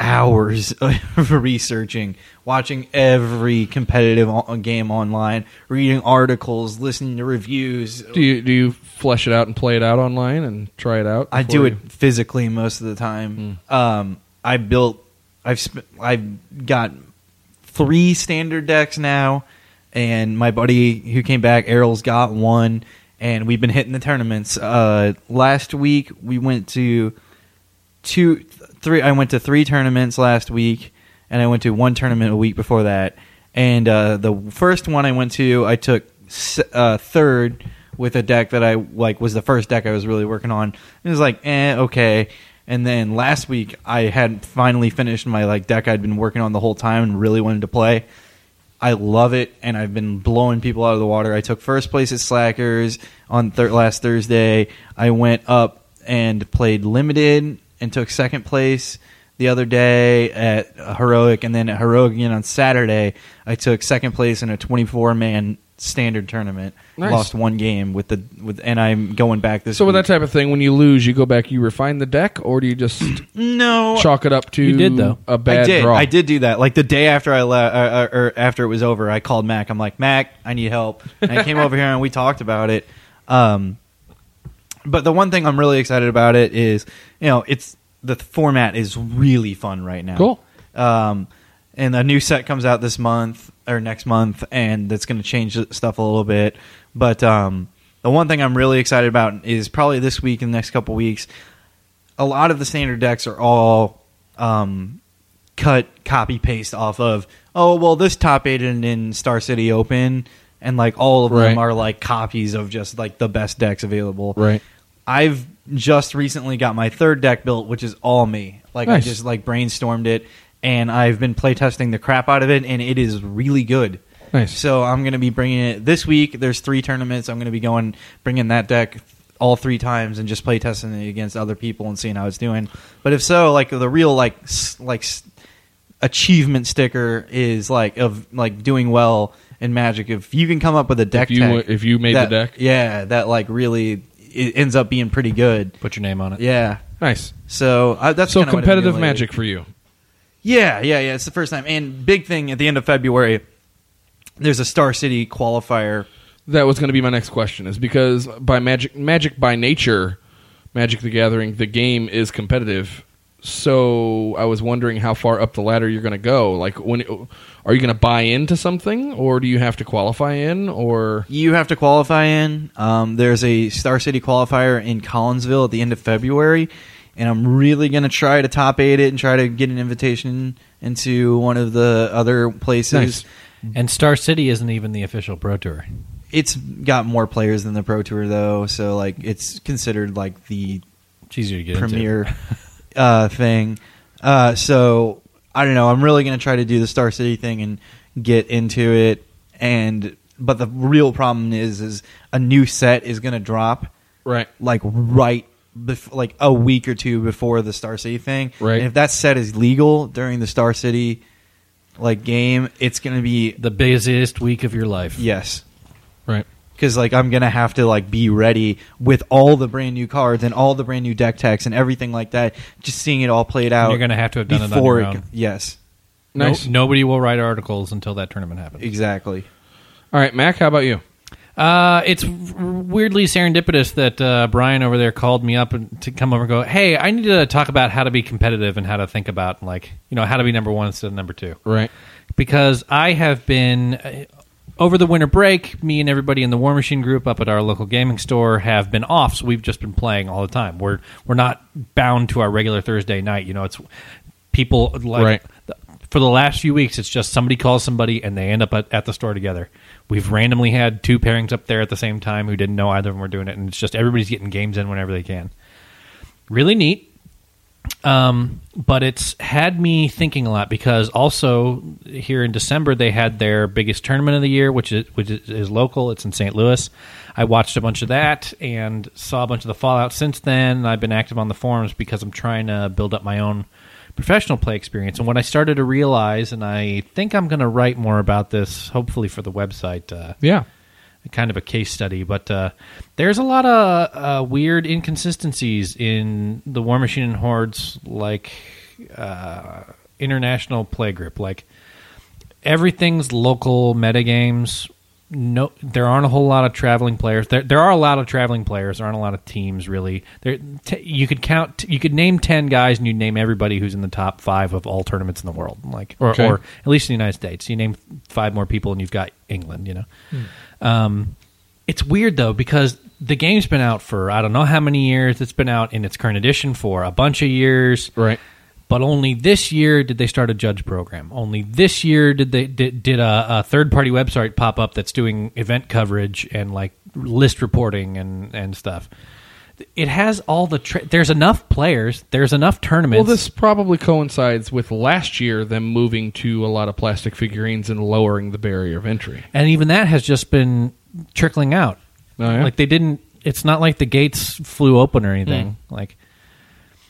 [SPEAKER 4] hours of researching, watching every competitive o- game online, reading articles, listening to reviews.
[SPEAKER 3] Do you do you flesh it out and play it out online and try it out?
[SPEAKER 4] I
[SPEAKER 3] before
[SPEAKER 4] do
[SPEAKER 3] you- Mm.
[SPEAKER 4] it physically most of the time. Um, I built, I've sp- I've got three standard decks now, and my buddy who came back, Errol's got one, and we've been hitting the tournaments. Uh, last week we went to two, th- three. I went to three tournaments last week, and I went to one tournament a week before that. And uh, the first one I went to, I took s- uh, third with a deck that I like was the first deck I was really working on. It was like, eh, okay. And then last week, I had finally finished my like deck I'd been working on the whole time and really wanted to play. I love it, and I've been blowing people out of the water. I took first place at Slackers on thir- last Thursday. I went up and played limited and took second place the other day at heroic, and then at heroic again on Saturday. I took second place in a twenty-four man standard tournament.
[SPEAKER 3] Nice.
[SPEAKER 4] Lost one game with the with, and I'm going back this.
[SPEAKER 3] So with
[SPEAKER 4] week.
[SPEAKER 3] that type of thing, when you lose, you go back, you refine the deck, or do you just
[SPEAKER 4] no,
[SPEAKER 3] chalk it up to
[SPEAKER 5] You did, though.
[SPEAKER 3] a bad
[SPEAKER 4] I did.
[SPEAKER 3] draw?
[SPEAKER 4] I did do that. Like the day after I uh, left, or, or, or er, after it was over, I called Mac. I'm like, Mac, I need help. And I came over here and we talked about it. Um, but the one thing I'm really excited about it is, you know, it's the format is really fun right now.
[SPEAKER 3] Cool.
[SPEAKER 4] Um, and a new set comes out this month or next month, and that's going to change the stuff a little bit. But um, the one thing I'm really excited about is probably this week and the next couple weeks. A lot of the standard decks are all um, cut, copy paste off of. Oh well, this top eight in, in Star City Open, and like all of
[SPEAKER 3] Right.
[SPEAKER 4] them are like copies of just like the best decks available.
[SPEAKER 3] Right.
[SPEAKER 4] I've just recently got my third deck built, which is all me. Like
[SPEAKER 3] Nice.
[SPEAKER 4] I just like brainstormed it, and I've been playtesting the crap out of it, and it is really good.
[SPEAKER 3] Nice.
[SPEAKER 4] So I'm going to be bringing it this week. There's three tournaments. I'm going to be going bringing that deck all three times and just playtesting it against other people and seeing how it's doing. But if so, like the real like s- like s- achievement sticker is like of like doing well in Magic. If you can come up with a deck,
[SPEAKER 3] you
[SPEAKER 4] tech
[SPEAKER 3] were- if you made the
[SPEAKER 4] that-
[SPEAKER 3] deck?
[SPEAKER 4] yeah, that like really it ends up being pretty good.
[SPEAKER 5] put your name on it.
[SPEAKER 4] Yeah.
[SPEAKER 3] Nice.
[SPEAKER 4] So I, that's
[SPEAKER 3] So
[SPEAKER 4] kinda what I've been
[SPEAKER 3] competitive
[SPEAKER 4] doing lately.
[SPEAKER 3] magic for you.
[SPEAKER 4] Yeah, yeah, yeah. It's the first time. And big thing at the end of February, there's a Star City qualifier.
[SPEAKER 3] That was going to be my next question. Is because by magic, magic by nature, Magic the Gathering, the game is competitive. So I was wondering how far up the ladder you're going to go. Like, when are you going to buy into something, or do you have to qualify in, or
[SPEAKER 4] You have to qualify in. Um, there's a Star City qualifier in Collinsville at the end of February, and I'm really gonna try to top eight it and try to get an invitation into one of the other places.
[SPEAKER 3] Nice.
[SPEAKER 5] And Star City isn't even the official pro tour.
[SPEAKER 4] It's got more players than the Pro Tour though, so like it's considered like the
[SPEAKER 5] It's easier to get into.
[SPEAKER 4] premiere uh, thing. Uh, so I don't know. I'm really going to try to do the Star City thing and get into it. And but the real problem is, is a new set is going to drop
[SPEAKER 3] right?
[SPEAKER 4] like right. Bef- like a week or two before the Star City thing,
[SPEAKER 3] Right.
[SPEAKER 4] And if that set is legal during the Star City like game, it's gonna be
[SPEAKER 5] The busiest week of your life.
[SPEAKER 4] yes,
[SPEAKER 3] Right.
[SPEAKER 4] because like I'm gonna have to like be ready with all the brand new cards and all the brand new deck techs and everything like that. Just seeing it all played out.
[SPEAKER 5] you're gonna have to have done it on
[SPEAKER 4] before
[SPEAKER 5] your
[SPEAKER 4] it-
[SPEAKER 5] own.
[SPEAKER 4] Yes,
[SPEAKER 5] No-
[SPEAKER 3] Nice.
[SPEAKER 5] nobody will write articles until that tournament happens.
[SPEAKER 4] exactly.
[SPEAKER 3] All right, Mac. How about you?
[SPEAKER 5] Uh, it's weirdly serendipitous that uh, Brian over there called me up and to come over and go, "Hey, I need to talk about how to be competitive and how to think about like you know how to be number one instead of number two.
[SPEAKER 3] Right.
[SPEAKER 5] because I have been uh, over the winter break. Me and everybody in the War Machine group up at our local gaming store have been off, so we've just been playing all the time. We're we're not bound to our regular Thursday night. You know, it's people like
[SPEAKER 3] Right.
[SPEAKER 5] for the last few weeks, it's just somebody calls somebody and they end up at, at the store together. We've randomly had two pairings up there at the same time who didn't know either of them were doing it, and it's just everybody's getting games in whenever they can. Really neat. Um, but it's had me thinking a lot because also here in December they had their biggest tournament of the year, which is which is, is local. It's in St. Louis. I watched a bunch of that and saw a bunch of the fallout since then. I've been active on the forums because I'm trying to build up my own professional play experience. And what I started to realize, and I think I'm going to write more about this, hopefully for the website. Uh,
[SPEAKER 3] Yeah.
[SPEAKER 5] kind of a case study, but uh, there's a lot of uh, weird inconsistencies in the War Machine and Hordes like uh, international play group. Like everything's local metagames. No, there aren't a whole lot of traveling players. There, there are a lot of traveling players. There aren't a lot of teams really. There, t- you could count. You could name ten guys, and you'd name everybody who's in the top five of all tournaments in the world. Like, or,
[SPEAKER 3] Okay.
[SPEAKER 5] or at least in the United States, you name five more people, and you've got England. You know, um, it's weird though because the game's been out for I don't know how many years. It's been out in its current edition for a bunch of years,
[SPEAKER 3] Right.
[SPEAKER 5] But only this year did they start a judge program. Only this year did they did, did a, a third party website pop up that's doing event coverage and like list reporting and and stuff. It has all the tra- there's enough players. There's enough
[SPEAKER 3] Well,
[SPEAKER 5] tournaments.
[SPEAKER 3] this probably coincides with last year them moving to a lot of plastic figurines and lowering the barrier of entry.
[SPEAKER 5] and even that has just been trickling out.
[SPEAKER 3] Oh, yeah?
[SPEAKER 5] Like they didn't. It's not like the gates flew open or
[SPEAKER 3] Mm.
[SPEAKER 5] anything. Like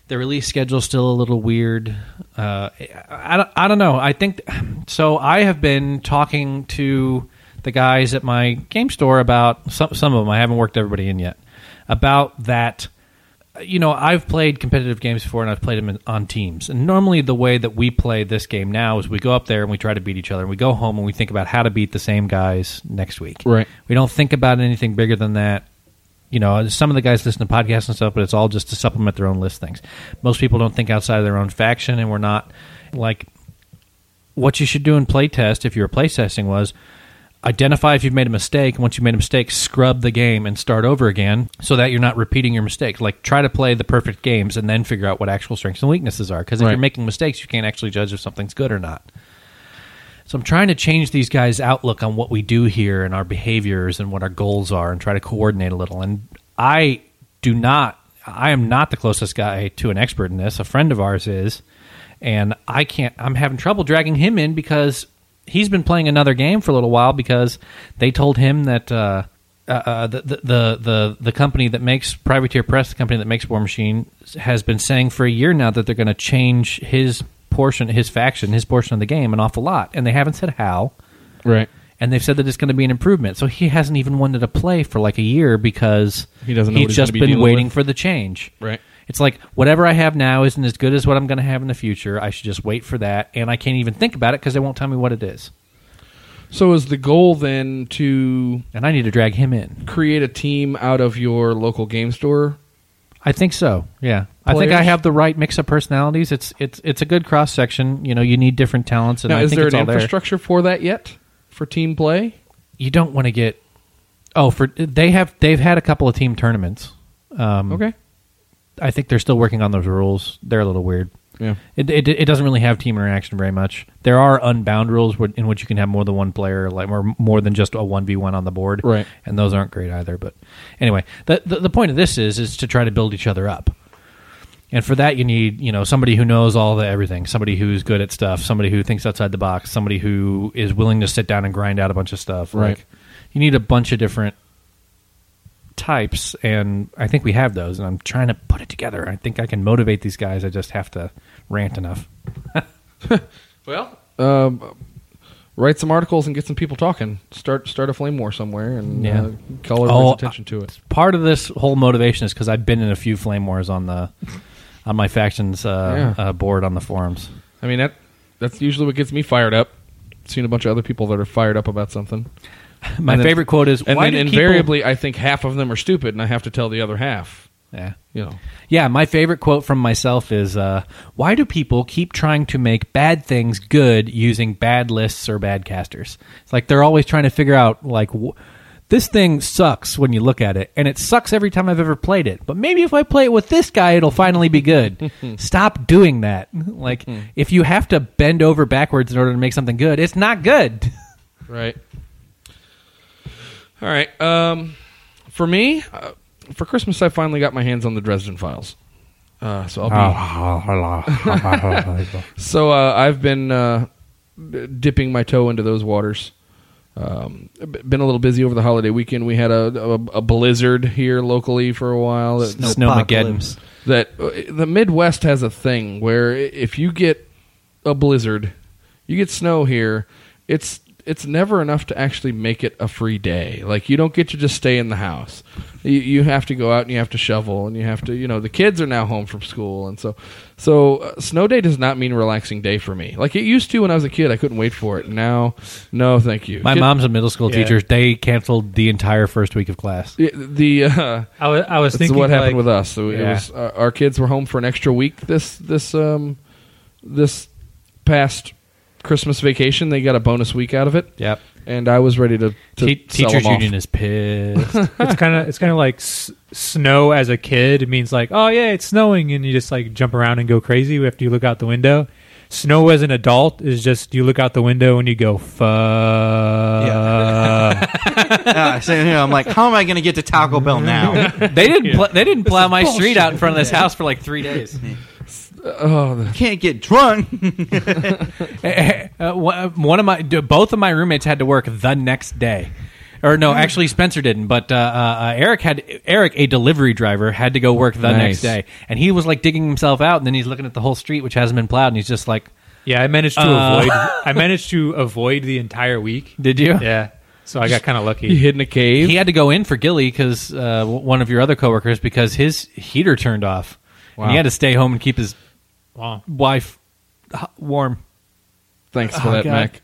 [SPEAKER 5] the release schedule's still a little weird. Uh, I, don't- I don't know. I think so. I have been talking to the guys at my game store about some some of them. I haven't worked everybody in yet about that you know, I've played competitive games before and I've played them in, on teams. And normally the way that we play this game now is we go up there and we try to beat each other and we go home and we think about how to beat the same guys next week.
[SPEAKER 3] Right.
[SPEAKER 5] We don't think about anything bigger than that. You know, some of the guys listen to podcasts and stuff, but it's all just to supplement their own list things. Most people don't think outside of their own faction and we're not like what you should do in playtest if you were playtesting was identify if you've made a mistake and once you've made a mistake scrub the game and start over again so that you're not repeating your mistakes like try to play the perfect games and then figure out what actual strengths and weaknesses are because if
[SPEAKER 3] Right.
[SPEAKER 5] you're making mistakes you can't actually judge if something's good or not so i'm trying to change these guys outlook on what we do here and our behaviors and what our goals are and try to coordinate a little and i do not i am not the closest guy to an expert in this a friend of ours is and I can't. I'm having trouble dragging him in because he's been playing another game for a little while because they told him that uh, uh, uh, the, the the the the company that makes Privateer Press, the company that makes War Machine, has been saying for a year now that they're going to change his portion, his faction, his portion of the game an awful lot, and they haven't said how
[SPEAKER 3] Right.
[SPEAKER 5] and they've said that it's going to be an improvement. So he hasn't even wanted to play for like a year because
[SPEAKER 3] He doesn't know
[SPEAKER 5] he's
[SPEAKER 3] what he's
[SPEAKER 5] just
[SPEAKER 3] gonna be
[SPEAKER 5] been
[SPEAKER 3] dealing
[SPEAKER 5] waiting
[SPEAKER 3] with.
[SPEAKER 5] for the change.
[SPEAKER 3] Right.
[SPEAKER 5] It's like whatever I have now isn't as good as what I'm going to have in the future. I should just wait for that, and I can't even think about it because they won't tell me what it is.
[SPEAKER 3] So is the goal then to
[SPEAKER 5] And I need to drag him in.
[SPEAKER 3] create a team out of your local game store?
[SPEAKER 5] I think so. Yeah, I think
[SPEAKER 3] Players?
[SPEAKER 5] I have the right mix of personalities. It's it's it's a good cross section. You know, you need different talents, and
[SPEAKER 3] now,
[SPEAKER 5] I
[SPEAKER 3] is
[SPEAKER 5] think
[SPEAKER 3] there
[SPEAKER 5] it's
[SPEAKER 3] an
[SPEAKER 5] all there.
[SPEAKER 3] infrastructure for that yet? For team play?
[SPEAKER 5] You don't want to get. Oh, for they have they've had a couple of team tournaments. Um,
[SPEAKER 3] Okay.
[SPEAKER 5] I think they're still working on those rules. They're a little weird.
[SPEAKER 3] Yeah.
[SPEAKER 5] It, it, it doesn't really have team interaction very much. There are unbound rules wh- in which you can have more than one player, like or more than just a one v one on the board,
[SPEAKER 3] Right.
[SPEAKER 5] And those aren't great either. But anyway, the, the the point of this is is to try to build each other up, and for that you need you know somebody who knows all the everything, somebody who's good at stuff, somebody who thinks outside the box, somebody who is willing to sit down and grind out a bunch of stuff.
[SPEAKER 3] Right.
[SPEAKER 5] Like, you need a bunch of different types and i think we have those and i'm trying to put it together i think i can motivate these guys i just have to rant enough
[SPEAKER 3] Well, um, write some articles and get some people talking. Start start a flame war somewhere and
[SPEAKER 5] Yeah.
[SPEAKER 3] uh, call everybody's
[SPEAKER 5] Oh,
[SPEAKER 3] attention to it.
[SPEAKER 5] part of this whole motivation is because I've been in a few flame wars on the on my faction's uh,
[SPEAKER 3] Yeah.
[SPEAKER 5] uh, board on the forums.
[SPEAKER 3] I mean that that's usually what gets me fired up. Seen a bunch of other people that are fired up about something,
[SPEAKER 5] My
[SPEAKER 3] And then-
[SPEAKER 5] favorite quote is,
[SPEAKER 3] and
[SPEAKER 5] "Why
[SPEAKER 3] then
[SPEAKER 5] do
[SPEAKER 3] invariably, I think half of them are stupid, and I have to tell the other half.
[SPEAKER 5] people-" yeah,
[SPEAKER 3] You know,
[SPEAKER 5] yeah." My favorite quote from myself is, uh, "Why do people keep trying to make bad things good using bad lists or bad casters? It's like they're always trying to figure out like." Wh- this thing sucks when you look at it, and it sucks every time I've ever played it. But maybe if I play it with this guy, it'll finally be good. Stop doing that. Like, if you have to bend over backwards in order to make something good, it's not good.
[SPEAKER 3] Right. All right. Um, for me, uh, for Christmas, I finally got my hands on the Dresden Files. Uh, so I'll be So uh, I've been uh, d- dipping my toe into those waters. Um, b- been a little busy over the holiday weekend. We had a, a, a blizzard here locally for a while. That,
[SPEAKER 4] Snowpocalypse.
[SPEAKER 3] that uh, the Midwest has a thing where i- if you get a blizzard, you get snow here. It's it's never enough to actually make it a free day. Like you don't get to just stay in the house. You, you have to go out and you have to shovel and you have to you know the kids are now home from school and so so uh, snow day does not mean relaxing day for me. Like it used to when I was a kid, I couldn't wait for it. Now, no, thank you.
[SPEAKER 5] My
[SPEAKER 3] Kid-
[SPEAKER 5] mom's a middle school
[SPEAKER 6] Yeah.
[SPEAKER 5] teacher. They canceled the entire first week of class.
[SPEAKER 3] Yeah, the uh,
[SPEAKER 6] I was, I was
[SPEAKER 3] That's
[SPEAKER 6] thinking
[SPEAKER 3] what happened
[SPEAKER 6] like,
[SPEAKER 3] with us. So
[SPEAKER 6] Yeah.
[SPEAKER 3] It was uh, our kids were home for an extra week this this um this past Christmas vacation. They got a bonus week out of it.
[SPEAKER 5] Yep.
[SPEAKER 3] And I was ready to, to
[SPEAKER 5] Te-
[SPEAKER 3] sell
[SPEAKER 5] teachers
[SPEAKER 3] them off.
[SPEAKER 5] union is pissed.
[SPEAKER 3] uh,
[SPEAKER 6] it's kind of it's kind of like s- snow as a kid it means like oh yeah it's snowing and you just like jump around and go crazy after you look out the window snow as an adult is just you look out the window and you go fuck
[SPEAKER 3] Uh.
[SPEAKER 4] Ah, so, you know, I'm like, how am I going to get to Taco Bell now?
[SPEAKER 5] They didn't. Pl- they didn't plow my street out in front of this house for like three days.
[SPEAKER 3] Oh, the-
[SPEAKER 4] Can't get drunk.
[SPEAKER 5] Uh, one of my, d- both of my roommates had to work the next day, or no, actually Spencer didn't, but uh, uh, Eric had Eric, a delivery driver, had to go work the next
[SPEAKER 6] Nice.
[SPEAKER 5] day, and he was like digging himself out, and then he's looking at the whole street which hasn't been plowed, and he's just like,
[SPEAKER 6] yeah i managed to
[SPEAKER 5] Uh.
[SPEAKER 6] avoid i managed to avoid the entire week
[SPEAKER 5] "Did you?"
[SPEAKER 6] yeah so i got kind of
[SPEAKER 3] he
[SPEAKER 6] lucky
[SPEAKER 3] hid in a cave.
[SPEAKER 5] He had to go in for Gilly because uh, w- one of your other coworkers because his heater turned off, and he had to stay home and keep his
[SPEAKER 6] wow.
[SPEAKER 5] wife h- warm.
[SPEAKER 3] Thanks for that,
[SPEAKER 5] God.
[SPEAKER 3] Mac.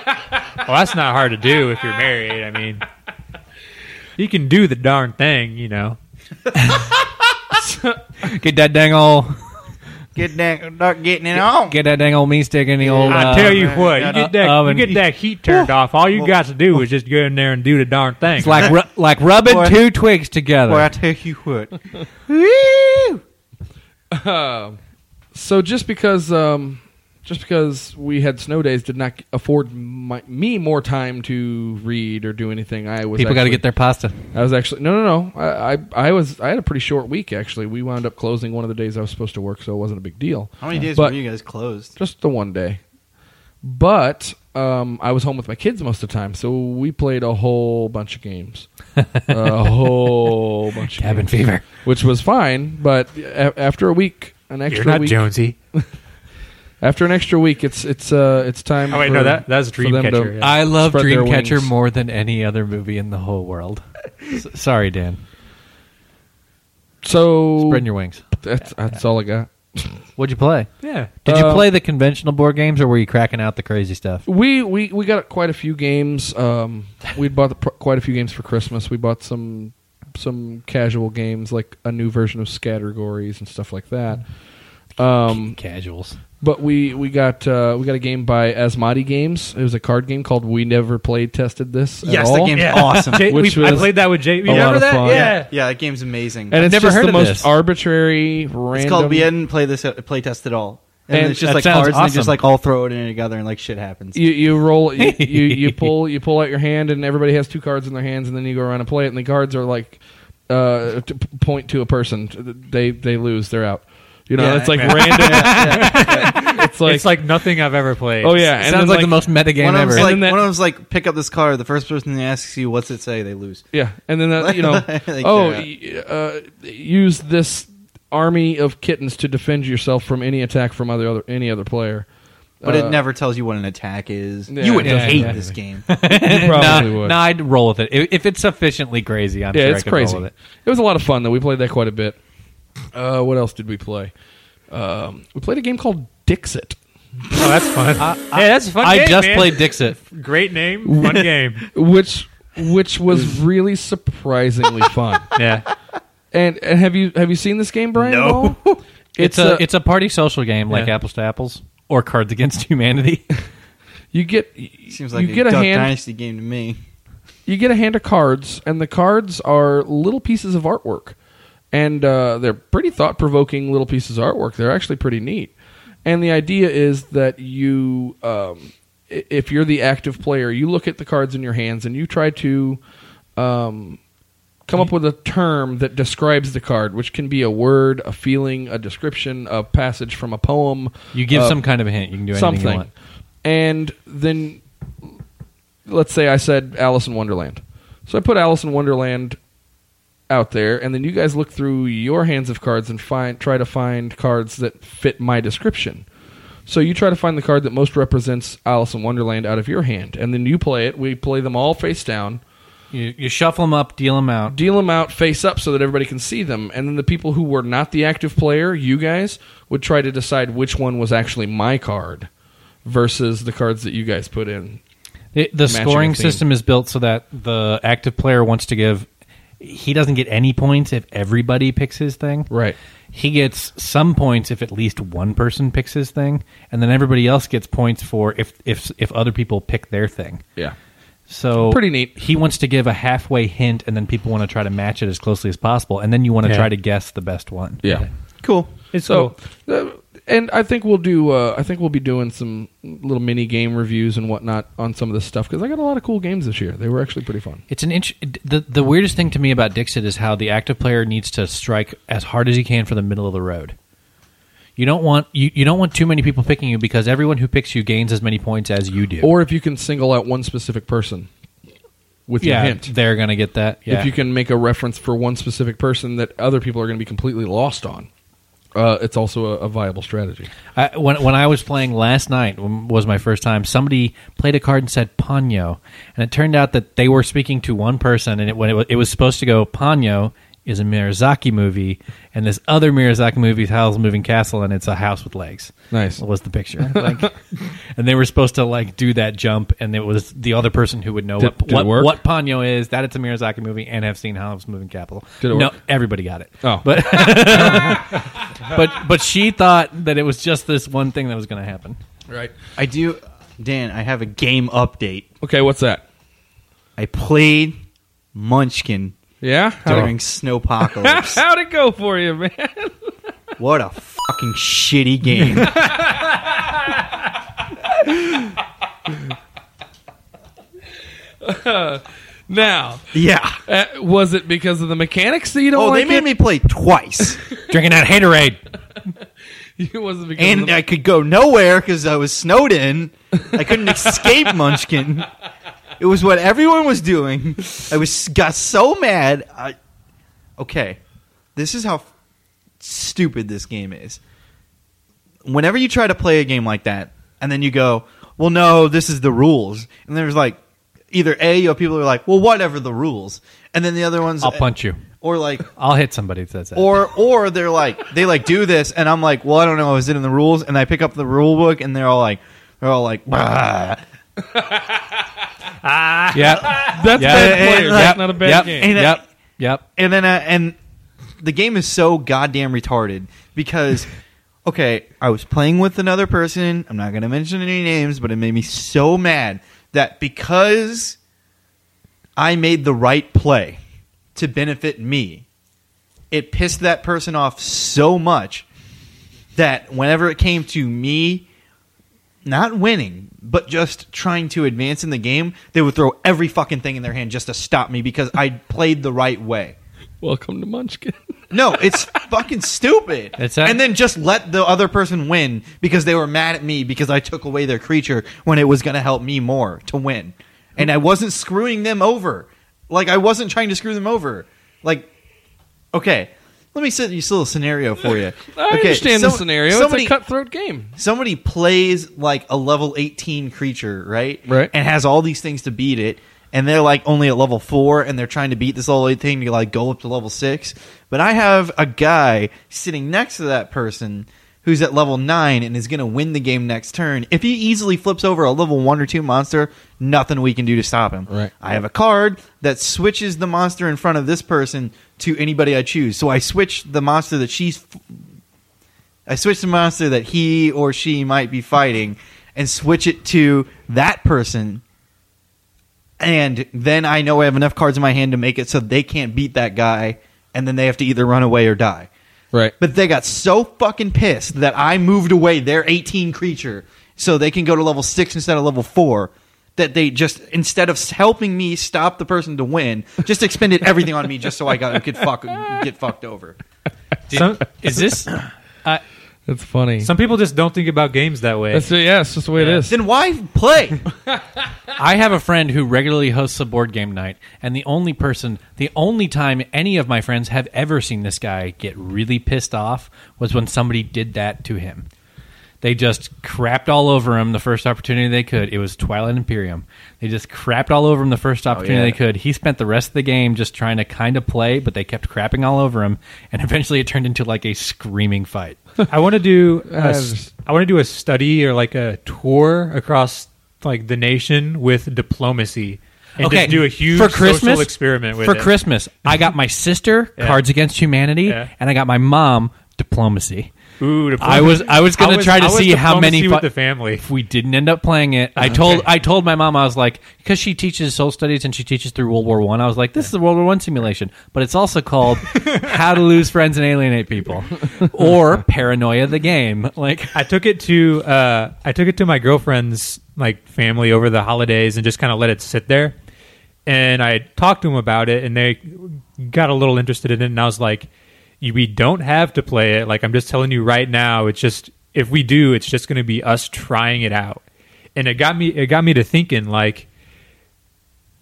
[SPEAKER 6] well that's not hard to do if you're married i mean you can do the darn thing you know
[SPEAKER 5] Get that dang old,
[SPEAKER 4] get that, not getting it on.
[SPEAKER 5] get that dang old meat stick in the old.
[SPEAKER 6] I
[SPEAKER 5] uh,
[SPEAKER 6] tell you what, you
[SPEAKER 4] uh,
[SPEAKER 6] get that
[SPEAKER 5] oven.
[SPEAKER 6] you get that heat turned off. All you got to do is just go in there and do the darn thing.
[SPEAKER 5] It's like ru- like rubbing
[SPEAKER 4] Boy.
[SPEAKER 5] two twigs together.
[SPEAKER 4] Boy, I tell you what. Woo!
[SPEAKER 3] So just because um just because we had snow days did not afford my, me more time to read or do anything. I was
[SPEAKER 5] People got to
[SPEAKER 3] actually-
[SPEAKER 5] get their pasta.
[SPEAKER 3] I was actually no, no, no. I, I, I was I had a pretty short week actually. We wound up closing one of the days I was supposed to work, so it wasn't a big deal.
[SPEAKER 4] How many days
[SPEAKER 3] But-
[SPEAKER 4] were you guys closed?
[SPEAKER 3] Just the one day. But um, I was home with my kids most of the time, so we played a whole bunch of games, a whole bunch. of
[SPEAKER 5] Cabin
[SPEAKER 3] games,
[SPEAKER 5] fever.
[SPEAKER 3] which was fine. But a- after a week, an extra week,
[SPEAKER 6] Jonesy.
[SPEAKER 3] after an extra week, it's it's uh it's time.
[SPEAKER 6] Oh wait,
[SPEAKER 3] for-
[SPEAKER 6] no, that that's
[SPEAKER 3] for them to-
[SPEAKER 6] Dreamcatcher. yeah.
[SPEAKER 5] I love
[SPEAKER 3] Spread their
[SPEAKER 5] Dreamcatcher
[SPEAKER 3] wings.
[SPEAKER 5] more than any other movie in the whole world. S- sorry, Dan.
[SPEAKER 3] So
[SPEAKER 5] Spread your wings.
[SPEAKER 3] that's that's all I got.
[SPEAKER 5] What'd you play?
[SPEAKER 6] yeah.
[SPEAKER 5] Did you
[SPEAKER 3] Uh,
[SPEAKER 5] play the conventional board games, or were you cracking out the crazy stuff?
[SPEAKER 3] we we we got quite a few games. Um, we bought the, pr- quite a few games for Christmas. We bought some some casual games like a new version of Scattergories and stuff like that. Um,
[SPEAKER 5] Casuals.
[SPEAKER 3] but we we got uh, we got a game by Asmati Games. It was a card game called We Never Played Tested This. at
[SPEAKER 4] Yes, that
[SPEAKER 3] all.
[SPEAKER 4] game's
[SPEAKER 6] Yeah.
[SPEAKER 4] awesome.
[SPEAKER 6] Jay,
[SPEAKER 3] Which
[SPEAKER 6] we- I
[SPEAKER 3] was
[SPEAKER 6] played that with Jay. You
[SPEAKER 3] a lot
[SPEAKER 6] remember
[SPEAKER 3] of
[SPEAKER 6] that?
[SPEAKER 3] fun.
[SPEAKER 6] Yeah.
[SPEAKER 4] Yeah, that game's amazing.
[SPEAKER 3] And it's
[SPEAKER 5] never
[SPEAKER 3] just
[SPEAKER 5] heard
[SPEAKER 3] the
[SPEAKER 5] of
[SPEAKER 3] most
[SPEAKER 5] this.
[SPEAKER 3] arbitrary random.
[SPEAKER 4] it's called We Hadn't Play This Play Test at All. And,
[SPEAKER 3] And
[SPEAKER 4] it's just
[SPEAKER 5] that
[SPEAKER 4] like
[SPEAKER 5] sounds
[SPEAKER 4] cards, and they
[SPEAKER 5] awesome.
[SPEAKER 4] just like all throw it in together, and like shit happens.
[SPEAKER 3] you you roll you, you you pull you pull out your hand and everybody has two cards in their hands and then you go around and play it and the cards are like uh to p- point to a person they they lose they're out you know
[SPEAKER 4] Yeah,
[SPEAKER 3] it's like
[SPEAKER 4] yeah.
[SPEAKER 3] random it's like,
[SPEAKER 6] it's like nothing I've ever played.
[SPEAKER 3] oh yeah and
[SPEAKER 5] Sounds
[SPEAKER 3] then,
[SPEAKER 5] like, the most meta game
[SPEAKER 4] One of
[SPEAKER 5] ever.
[SPEAKER 4] them's like,
[SPEAKER 3] then that-
[SPEAKER 4] one of them's like, pick up this card. The first person that asks you what's it say, they lose.
[SPEAKER 3] yeah and then that, you know
[SPEAKER 4] Like
[SPEAKER 3] oh
[SPEAKER 4] that.
[SPEAKER 3] y- uh, use this army of kittens to defend yourself from any attack from other, other any other player
[SPEAKER 4] But
[SPEAKER 3] Uh,
[SPEAKER 4] it never tells you what an attack is.
[SPEAKER 3] Yeah,
[SPEAKER 4] you would
[SPEAKER 3] yeah,
[SPEAKER 4] hate
[SPEAKER 3] yeah.
[SPEAKER 4] this game.
[SPEAKER 3] you probably
[SPEAKER 5] no,
[SPEAKER 3] would
[SPEAKER 5] no, I'd roll with it if, if it's sufficiently crazy. I'm
[SPEAKER 3] yeah,
[SPEAKER 5] sure
[SPEAKER 3] it's
[SPEAKER 5] I could
[SPEAKER 3] crazy.
[SPEAKER 5] roll with
[SPEAKER 3] it.
[SPEAKER 5] it.
[SPEAKER 3] was a lot of fun though. We played that quite a bit. Uh, what else did we play? Um, we played a game called Dixit.
[SPEAKER 6] Oh, that's fun. yeah, that's a fun.
[SPEAKER 5] I
[SPEAKER 6] game,
[SPEAKER 5] just
[SPEAKER 6] man.
[SPEAKER 5] played Dixit.
[SPEAKER 6] Great name, fun game.
[SPEAKER 3] which which was really surprisingly fun.
[SPEAKER 6] Yeah,
[SPEAKER 3] And, and have you have you seen this game, Brian? No. It's,
[SPEAKER 5] It's, a, it's a party social game like
[SPEAKER 6] Yeah.
[SPEAKER 5] apples to apples or Cards Against Humanity.
[SPEAKER 3] you get
[SPEAKER 4] Seems like
[SPEAKER 3] you
[SPEAKER 4] a
[SPEAKER 3] get a
[SPEAKER 4] Duck
[SPEAKER 3] hand
[SPEAKER 4] Dynasty game to me.
[SPEAKER 3] you get a hand of cards, and the cards are little pieces of artwork, and uh, they're pretty thought provoking little pieces of artwork. They're actually pretty neat, and the idea is that you, um, i- if you're the active player, you look at the cards in your hands and you try to. Um, Come up with a term that describes the card, which can be a word, a feeling, a description, a passage from a poem,
[SPEAKER 5] You give
[SPEAKER 3] Uh,
[SPEAKER 5] some kind of a hint. You can do anything you
[SPEAKER 3] something.
[SPEAKER 5] want.
[SPEAKER 3] And then let's say I said Alice in Wonderland. So I put Alice in Wonderland out there and then you guys look through your hands of cards and find try to find cards that fit my description. So you try to find the card that most represents Alice in Wonderland out of your hand and then you play it. We play them all face down
[SPEAKER 5] You, you shuffle them up, deal them out.
[SPEAKER 3] deal them out face up so that everybody can see them. And then the people who were not the active player, you guys, would try to decide which one was actually my card versus the cards that you guys put in.
[SPEAKER 5] It, the
[SPEAKER 3] matching
[SPEAKER 5] scoring
[SPEAKER 3] the theme.
[SPEAKER 5] system is built so that the active player wants to give. He doesn't get any points if everybody picks his thing.
[SPEAKER 3] Right.
[SPEAKER 5] He gets some points if at least one person picks his thing, and then everybody else gets points for if if if other people pick their thing.
[SPEAKER 3] Yeah.
[SPEAKER 5] So
[SPEAKER 3] Pretty neat.
[SPEAKER 5] He wants to give a halfway hint, and then people want to try to match it as closely as possible, and then you want to
[SPEAKER 6] Yeah.
[SPEAKER 5] try to guess the best one.
[SPEAKER 3] Yeah.
[SPEAKER 4] Cool.
[SPEAKER 6] It's
[SPEAKER 3] So,
[SPEAKER 6] so
[SPEAKER 3] uh, and I think we'll do. Uh, I think we'll be doing some little mini game reviews and whatnot on some of this stuff because I got a lot of cool games this year. They were actually pretty fun.
[SPEAKER 5] It's an inch. The, the weirdest thing to me about Dixit is how the active player needs to strike as hard as he can for the middle of the road. You don't want you, you don't want too many people picking you because everyone who picks you gains as many points as you do.
[SPEAKER 3] Or if you can single out one specific person with
[SPEAKER 5] yeah,
[SPEAKER 3] your hint.
[SPEAKER 5] they're gonna get that. Yeah.
[SPEAKER 3] if you can make a reference for one specific person that other people are going to be completely lost on. Uh, it's also a, a viable strategy.
[SPEAKER 5] I, when when I was playing last night when- was my first time. Somebody played a card and said Ponyo, and it turned out that they were speaking to one person, and it, when it, wa- it was supposed to go Ponyo is a Miyazaki movie, and this other Miyazaki movie is Howl's Moving Castle, and it's a house with legs.
[SPEAKER 3] Nice.
[SPEAKER 5] was the picture, like, and they were supposed to like do that jump, and it was the other person who would know
[SPEAKER 3] Did-
[SPEAKER 5] what
[SPEAKER 3] did it
[SPEAKER 5] what,
[SPEAKER 3] work?
[SPEAKER 5] what Ponyo is, that it's a Miyazaki movie, and have seen Howl's Moving Castle.
[SPEAKER 3] Did it
[SPEAKER 5] no,
[SPEAKER 3] work?
[SPEAKER 5] everybody got it.
[SPEAKER 3] Oh.
[SPEAKER 5] but but but she thought that it was just this one thing that was going to happen.
[SPEAKER 3] Right.
[SPEAKER 4] I do, Dan. I have a game update.
[SPEAKER 3] Okay, what's that?
[SPEAKER 4] I played Munchkin
[SPEAKER 3] Yeah?
[SPEAKER 4] during
[SPEAKER 3] How'd,
[SPEAKER 4] Snowpocalypse.
[SPEAKER 3] how'd it go for you, man?
[SPEAKER 4] what a fucking shitty game.
[SPEAKER 3] Now,
[SPEAKER 4] yeah.
[SPEAKER 3] uh, was it because of the mechanics that you don't
[SPEAKER 4] Oh,
[SPEAKER 3] like
[SPEAKER 4] they made
[SPEAKER 3] it?
[SPEAKER 4] me play twice,
[SPEAKER 5] Drinking that haterade.
[SPEAKER 3] It wasn't because of
[SPEAKER 4] and
[SPEAKER 3] the-
[SPEAKER 4] I could go nowhere because I was snowed in. I couldn't escape Munchkin. It was what everyone was doing. I was got so mad. I, okay, this is how f- stupid this game is. Whenever you try to play a game like that, and then you go, "Well, no, this is the rules," and there's like either a you know, people are like, "Well, whatever the rules," and then the other ones,
[SPEAKER 5] I'll punch you.
[SPEAKER 4] or like
[SPEAKER 5] I'll hit somebody that says that.
[SPEAKER 4] or or they're like they like do this and i'm like well i don't know is it in the rules and i pick up the rule book and they're all like they're all like "Bah."
[SPEAKER 5] yeah,
[SPEAKER 3] That's
[SPEAKER 5] Yeah.
[SPEAKER 3] bad
[SPEAKER 4] And- and
[SPEAKER 3] players.
[SPEAKER 4] like-
[SPEAKER 3] That's not a bad
[SPEAKER 5] yep,
[SPEAKER 3] game.
[SPEAKER 4] And uh, I-
[SPEAKER 5] yep, yep.
[SPEAKER 4] and then I, and the game is so goddamn retarded because okay i was playing with another person i'm not going to mention any names but it made me so mad that because i made the right play to benefit me it pissed that person off so much that whenever it came to me not winning, but just trying to advance in the game, they would throw every fucking thing in their hand just to stop me because I played the right way.
[SPEAKER 3] Welcome to Munchkin.
[SPEAKER 4] No, it's fucking stupid.
[SPEAKER 5] It's a-
[SPEAKER 4] and then just let the other person win because they were mad at me because I took away their creature when it was going to help me more to win. And I wasn't screwing them over. Like, I wasn't trying to screw them over. Like, okay, let me set this little scenario for you.
[SPEAKER 3] I
[SPEAKER 4] okay,
[SPEAKER 3] understand
[SPEAKER 4] some-
[SPEAKER 3] the scenario.
[SPEAKER 4] Somebody,
[SPEAKER 3] it's a cutthroat game.
[SPEAKER 4] somebody plays like a level 18 creature, right?
[SPEAKER 3] Right.
[SPEAKER 4] And has all these things to beat it. And they're like only at level four and they're trying to beat this level 18 to like go up to level six. But I have a guy sitting next to that person who's at level nine and is going to win the game next turn. If he easily flips over a level one or two monster, nothing we can do to stop him.
[SPEAKER 3] Right.
[SPEAKER 4] I have a card that switches the monster in front of this person to anybody I choose. So I switch the monster that she's I switch the monster that he or she might be fighting and switch it to that person and then I know I have enough cards in my hand to make it so they can't beat that guy, and then they have to either run away or die.
[SPEAKER 3] Right.
[SPEAKER 4] But they got so fucking pissed that I moved away their 18 creature so they can go to level 6 instead of level 4 that they just instead of helping me stop the person to win, just expended everything on me just so I got could fuck get fucked over.
[SPEAKER 6] Some,
[SPEAKER 5] Is this? I
[SPEAKER 3] That's funny.
[SPEAKER 6] some people just don't think about games that way.
[SPEAKER 3] That's yeah, it's just the way it is.
[SPEAKER 4] Then why play?
[SPEAKER 5] I have a friend who regularly hosts a board game night, and the only person, the only time any of my friends have ever seen this guy get really pissed off was when somebody did that to him. They just crapped all over him the first opportunity they could. It was Twilight Imperium. They just crapped all over him the first opportunity they could. He spent the rest of the game just trying to kind of play, but they kept crapping all over him, and eventually it turned into like a screaming fight.
[SPEAKER 6] I want to do a s-
[SPEAKER 3] just-
[SPEAKER 6] I want to do a study or like a tour across like the nation with diplomacy and just do a huge social experiment with
[SPEAKER 5] for
[SPEAKER 6] it.
[SPEAKER 5] Christmas. I got my sister
[SPEAKER 6] Yeah.
[SPEAKER 5] Cards Against Humanity,
[SPEAKER 6] Yeah.
[SPEAKER 5] and I got my mom Diplomacy.
[SPEAKER 6] Ooh, diplomacy.
[SPEAKER 5] I was I was gonna
[SPEAKER 6] I was-
[SPEAKER 5] try to
[SPEAKER 6] I was
[SPEAKER 5] see how many
[SPEAKER 6] diplomacy
[SPEAKER 5] fu-
[SPEAKER 6] with the family.
[SPEAKER 5] If we didn't end up playing it, I told I told my mom I was like because she teaches soul studies and she teaches through World War One. I. was like, this is the World War One simulation, but it's also called How to Lose Friends and Alienate People or Paranoia the Game. Like
[SPEAKER 6] I took it to uh, I took it to my girlfriend's like family over the holidays and just kind of let it sit there. And I talked to them about it, and they got a little interested in it. And I was like, "You- "We don't have to play it. Like I'm just telling you right now. It's just if we do, it's just going to be us trying it out." And it got me it got me to thinking like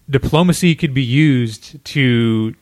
[SPEAKER 6] diplomacy could be used to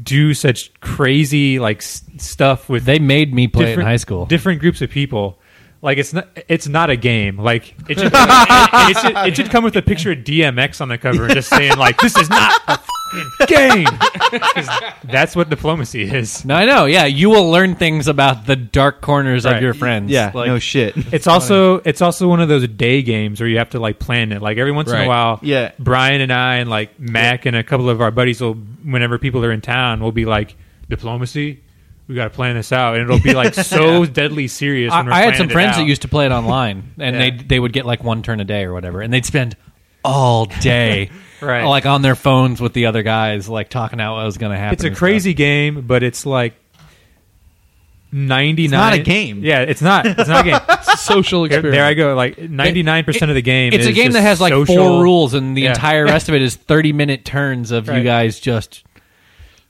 [SPEAKER 6] do such crazy like s- stuff with
[SPEAKER 5] they made me play it in
[SPEAKER 6] different-
[SPEAKER 5] high school.
[SPEAKER 6] Different groups of people. Like it's not it's not a game. Like it should, it, it should, it should come with a picture of DMX on the cover and just saying like this is not a f***ing game. 'Cause that's what diplomacy is.
[SPEAKER 5] no, I know. Yeah, you will learn things about the dark corners of
[SPEAKER 6] Right.
[SPEAKER 5] your friends. Like-
[SPEAKER 4] no shit.
[SPEAKER 6] It's also it's also one of those day games where you have to like plan it. Like every once in
[SPEAKER 3] Right.
[SPEAKER 6] a while,
[SPEAKER 4] Yeah.
[SPEAKER 6] Brian and I and like Mac and a couple of our buddies will, whenever people are in town, we'll be like diplomacy. We got to plan this out, and it'll be like so deadly serious. When we're
[SPEAKER 5] I, I had
[SPEAKER 6] planning
[SPEAKER 5] some
[SPEAKER 6] it
[SPEAKER 5] friends
[SPEAKER 6] out.
[SPEAKER 5] that used to play it online, and
[SPEAKER 6] Yeah.
[SPEAKER 5] they they would get like one turn a day or whatever, and they'd spend all day,
[SPEAKER 6] Right.
[SPEAKER 5] like on their phones with the other guys, like talking out what was going to happen.
[SPEAKER 6] it's a
[SPEAKER 5] and
[SPEAKER 6] crazy game, but it's like ninety nine.
[SPEAKER 4] a game.
[SPEAKER 6] Yeah, it's not. It's not a game.
[SPEAKER 3] Social
[SPEAKER 6] there,
[SPEAKER 3] experiment.
[SPEAKER 6] there I go. Like ninety nine percent of the game.
[SPEAKER 5] stuff. It's a
[SPEAKER 6] is
[SPEAKER 5] game
[SPEAKER 6] just
[SPEAKER 5] that has like
[SPEAKER 6] social-
[SPEAKER 5] four rules, and the
[SPEAKER 6] Yeah.
[SPEAKER 5] entire rest of it is thirty minute turns of you
[SPEAKER 6] Right.
[SPEAKER 5] guys just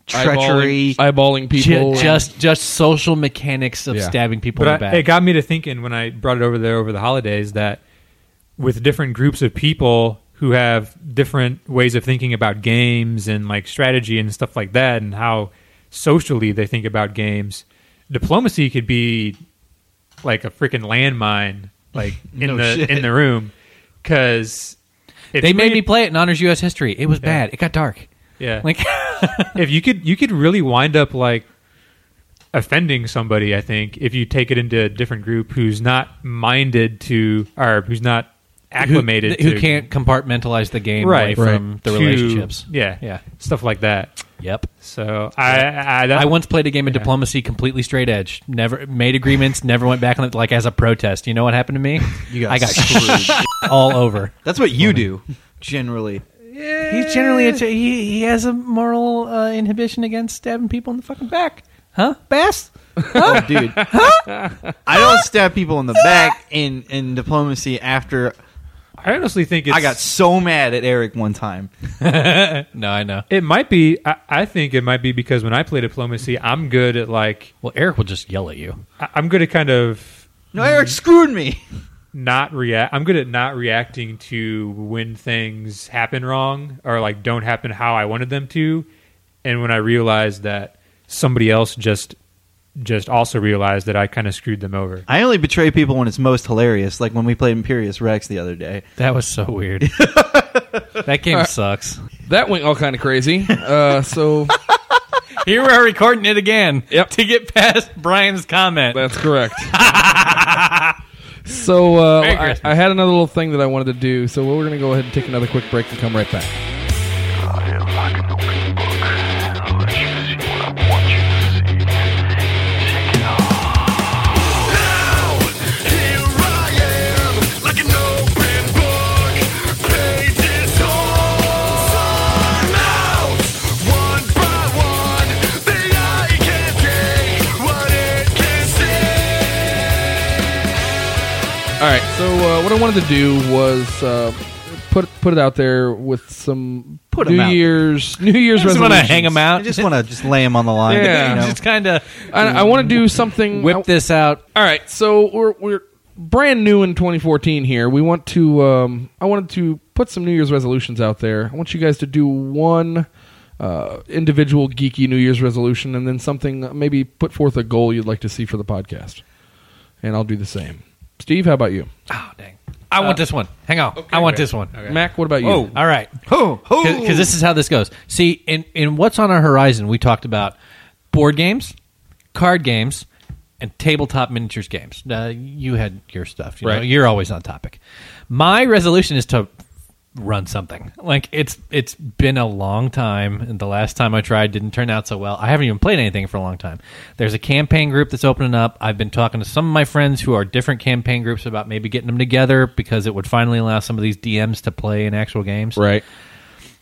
[SPEAKER 4] Treachery.
[SPEAKER 3] eyeballing, eyeballing people.
[SPEAKER 5] ju- just just social mechanics of
[SPEAKER 3] Yeah.
[SPEAKER 5] stabbing people in the
[SPEAKER 6] But
[SPEAKER 5] back.
[SPEAKER 6] I, it got me to thinking when I brought it over there over the holidays that with different groups of people who have different ways of thinking about games and like strategy and stuff like that, and how socially they think about games, diplomacy could be like a freaking landmine, like in the in the room, because
[SPEAKER 5] they made me play it in honors U.S. history. It was bad. It got dark.
[SPEAKER 6] Yeah,
[SPEAKER 5] Like
[SPEAKER 6] if you could you could really wind up like offending somebody i think if you take it into a different group who's not minded to or who's not acclimated
[SPEAKER 5] who,
[SPEAKER 6] to
[SPEAKER 5] who can't compartmentalize the game
[SPEAKER 6] Right.
[SPEAKER 5] away
[SPEAKER 3] Right.
[SPEAKER 5] from the
[SPEAKER 6] to-
[SPEAKER 5] relationships.
[SPEAKER 6] yeah
[SPEAKER 5] Yeah.
[SPEAKER 6] stuff like that
[SPEAKER 5] Yep.
[SPEAKER 6] so i i, that,
[SPEAKER 5] I once played a game of diplomacy completely straight edge. Never made agreements. Never went back on it like as a protest. You know what happened to me?
[SPEAKER 4] You got
[SPEAKER 5] I got
[SPEAKER 4] screwed.
[SPEAKER 5] all over.
[SPEAKER 4] That's what you do generally.
[SPEAKER 5] He's generally a, he he has a moral uh, inhibition against stabbing people in the fucking back. Huh, Bass?
[SPEAKER 4] Oh, dude. I don't stab people in the back in in diplomacy after
[SPEAKER 6] I honestly think it's
[SPEAKER 4] I got so mad at Eric one time.
[SPEAKER 5] No, I know.
[SPEAKER 6] it might be I, I think it might be because when i play diplomacy i'm good at like
[SPEAKER 5] Well, Eric will just yell at you.
[SPEAKER 6] I- i'm good at kind of
[SPEAKER 4] No, Eric screwed me.
[SPEAKER 6] not react i'm good at not reacting to when things happen wrong or like don't happen how i wanted them to and when i realized that somebody else just just also realized that i kind of screwed them over
[SPEAKER 4] I only betray people when it's most hilarious, like when we played Imperious Rex the other day.
[SPEAKER 5] That was so weird. that game sucks.
[SPEAKER 3] that went all kind of crazy. Uh, so
[SPEAKER 5] Here we are recording it again.
[SPEAKER 3] Yep.
[SPEAKER 5] To get past Brian's comment.
[SPEAKER 3] That's correct. so uh,
[SPEAKER 5] Merry
[SPEAKER 3] I,
[SPEAKER 5] Christmas.
[SPEAKER 3] I had another little thing that I wanted to do, so we're going to go ahead and take another quick break and come right back.
[SPEAKER 7] Here I am, like an open book, pages torn.
[SPEAKER 3] All right. So uh, what I wanted to do was uh, put put it out there with some
[SPEAKER 4] Put 'em
[SPEAKER 3] New
[SPEAKER 4] out there.
[SPEAKER 3] Year's New Year's
[SPEAKER 5] just want to
[SPEAKER 3] resolutions.
[SPEAKER 5] hang them out.
[SPEAKER 4] I just want to just lay him on the line.
[SPEAKER 3] Uh, Yeah.
[SPEAKER 4] you know?
[SPEAKER 5] just kind of
[SPEAKER 3] I, I want to do something.
[SPEAKER 5] whip
[SPEAKER 3] I-
[SPEAKER 5] this out.
[SPEAKER 3] All right, so we're we're brand new in 2014 here. We want to um, I wanted to put some New Year's resolutions out there. I want you guys to do one uh, individual geeky New Year's resolution, and then something uh, maybe put forth a goal you'd like to see for the podcast, and I'll do the same. Steve, how about you?
[SPEAKER 5] Oh dang! I want this one. Hang on. I want this one.
[SPEAKER 3] Mac, what about you?
[SPEAKER 5] Oh, all right. Because this is how this goes. See, in, in what's on our horizon, we talked about board games, card games, and tabletop miniatures games. Uh, you had your stuff. You know,
[SPEAKER 3] Right.
[SPEAKER 5] you're always on topic. My resolution is to run something. Like it's it's been a long time, and the last time I tried didn't turn out so well. I haven't even played anything for a long time. There's a campaign group that's opening up. I've been talking to some of my friends who are different campaign groups about maybe getting them together because it would finally allow some of these DMs to play in actual games.
[SPEAKER 3] Right.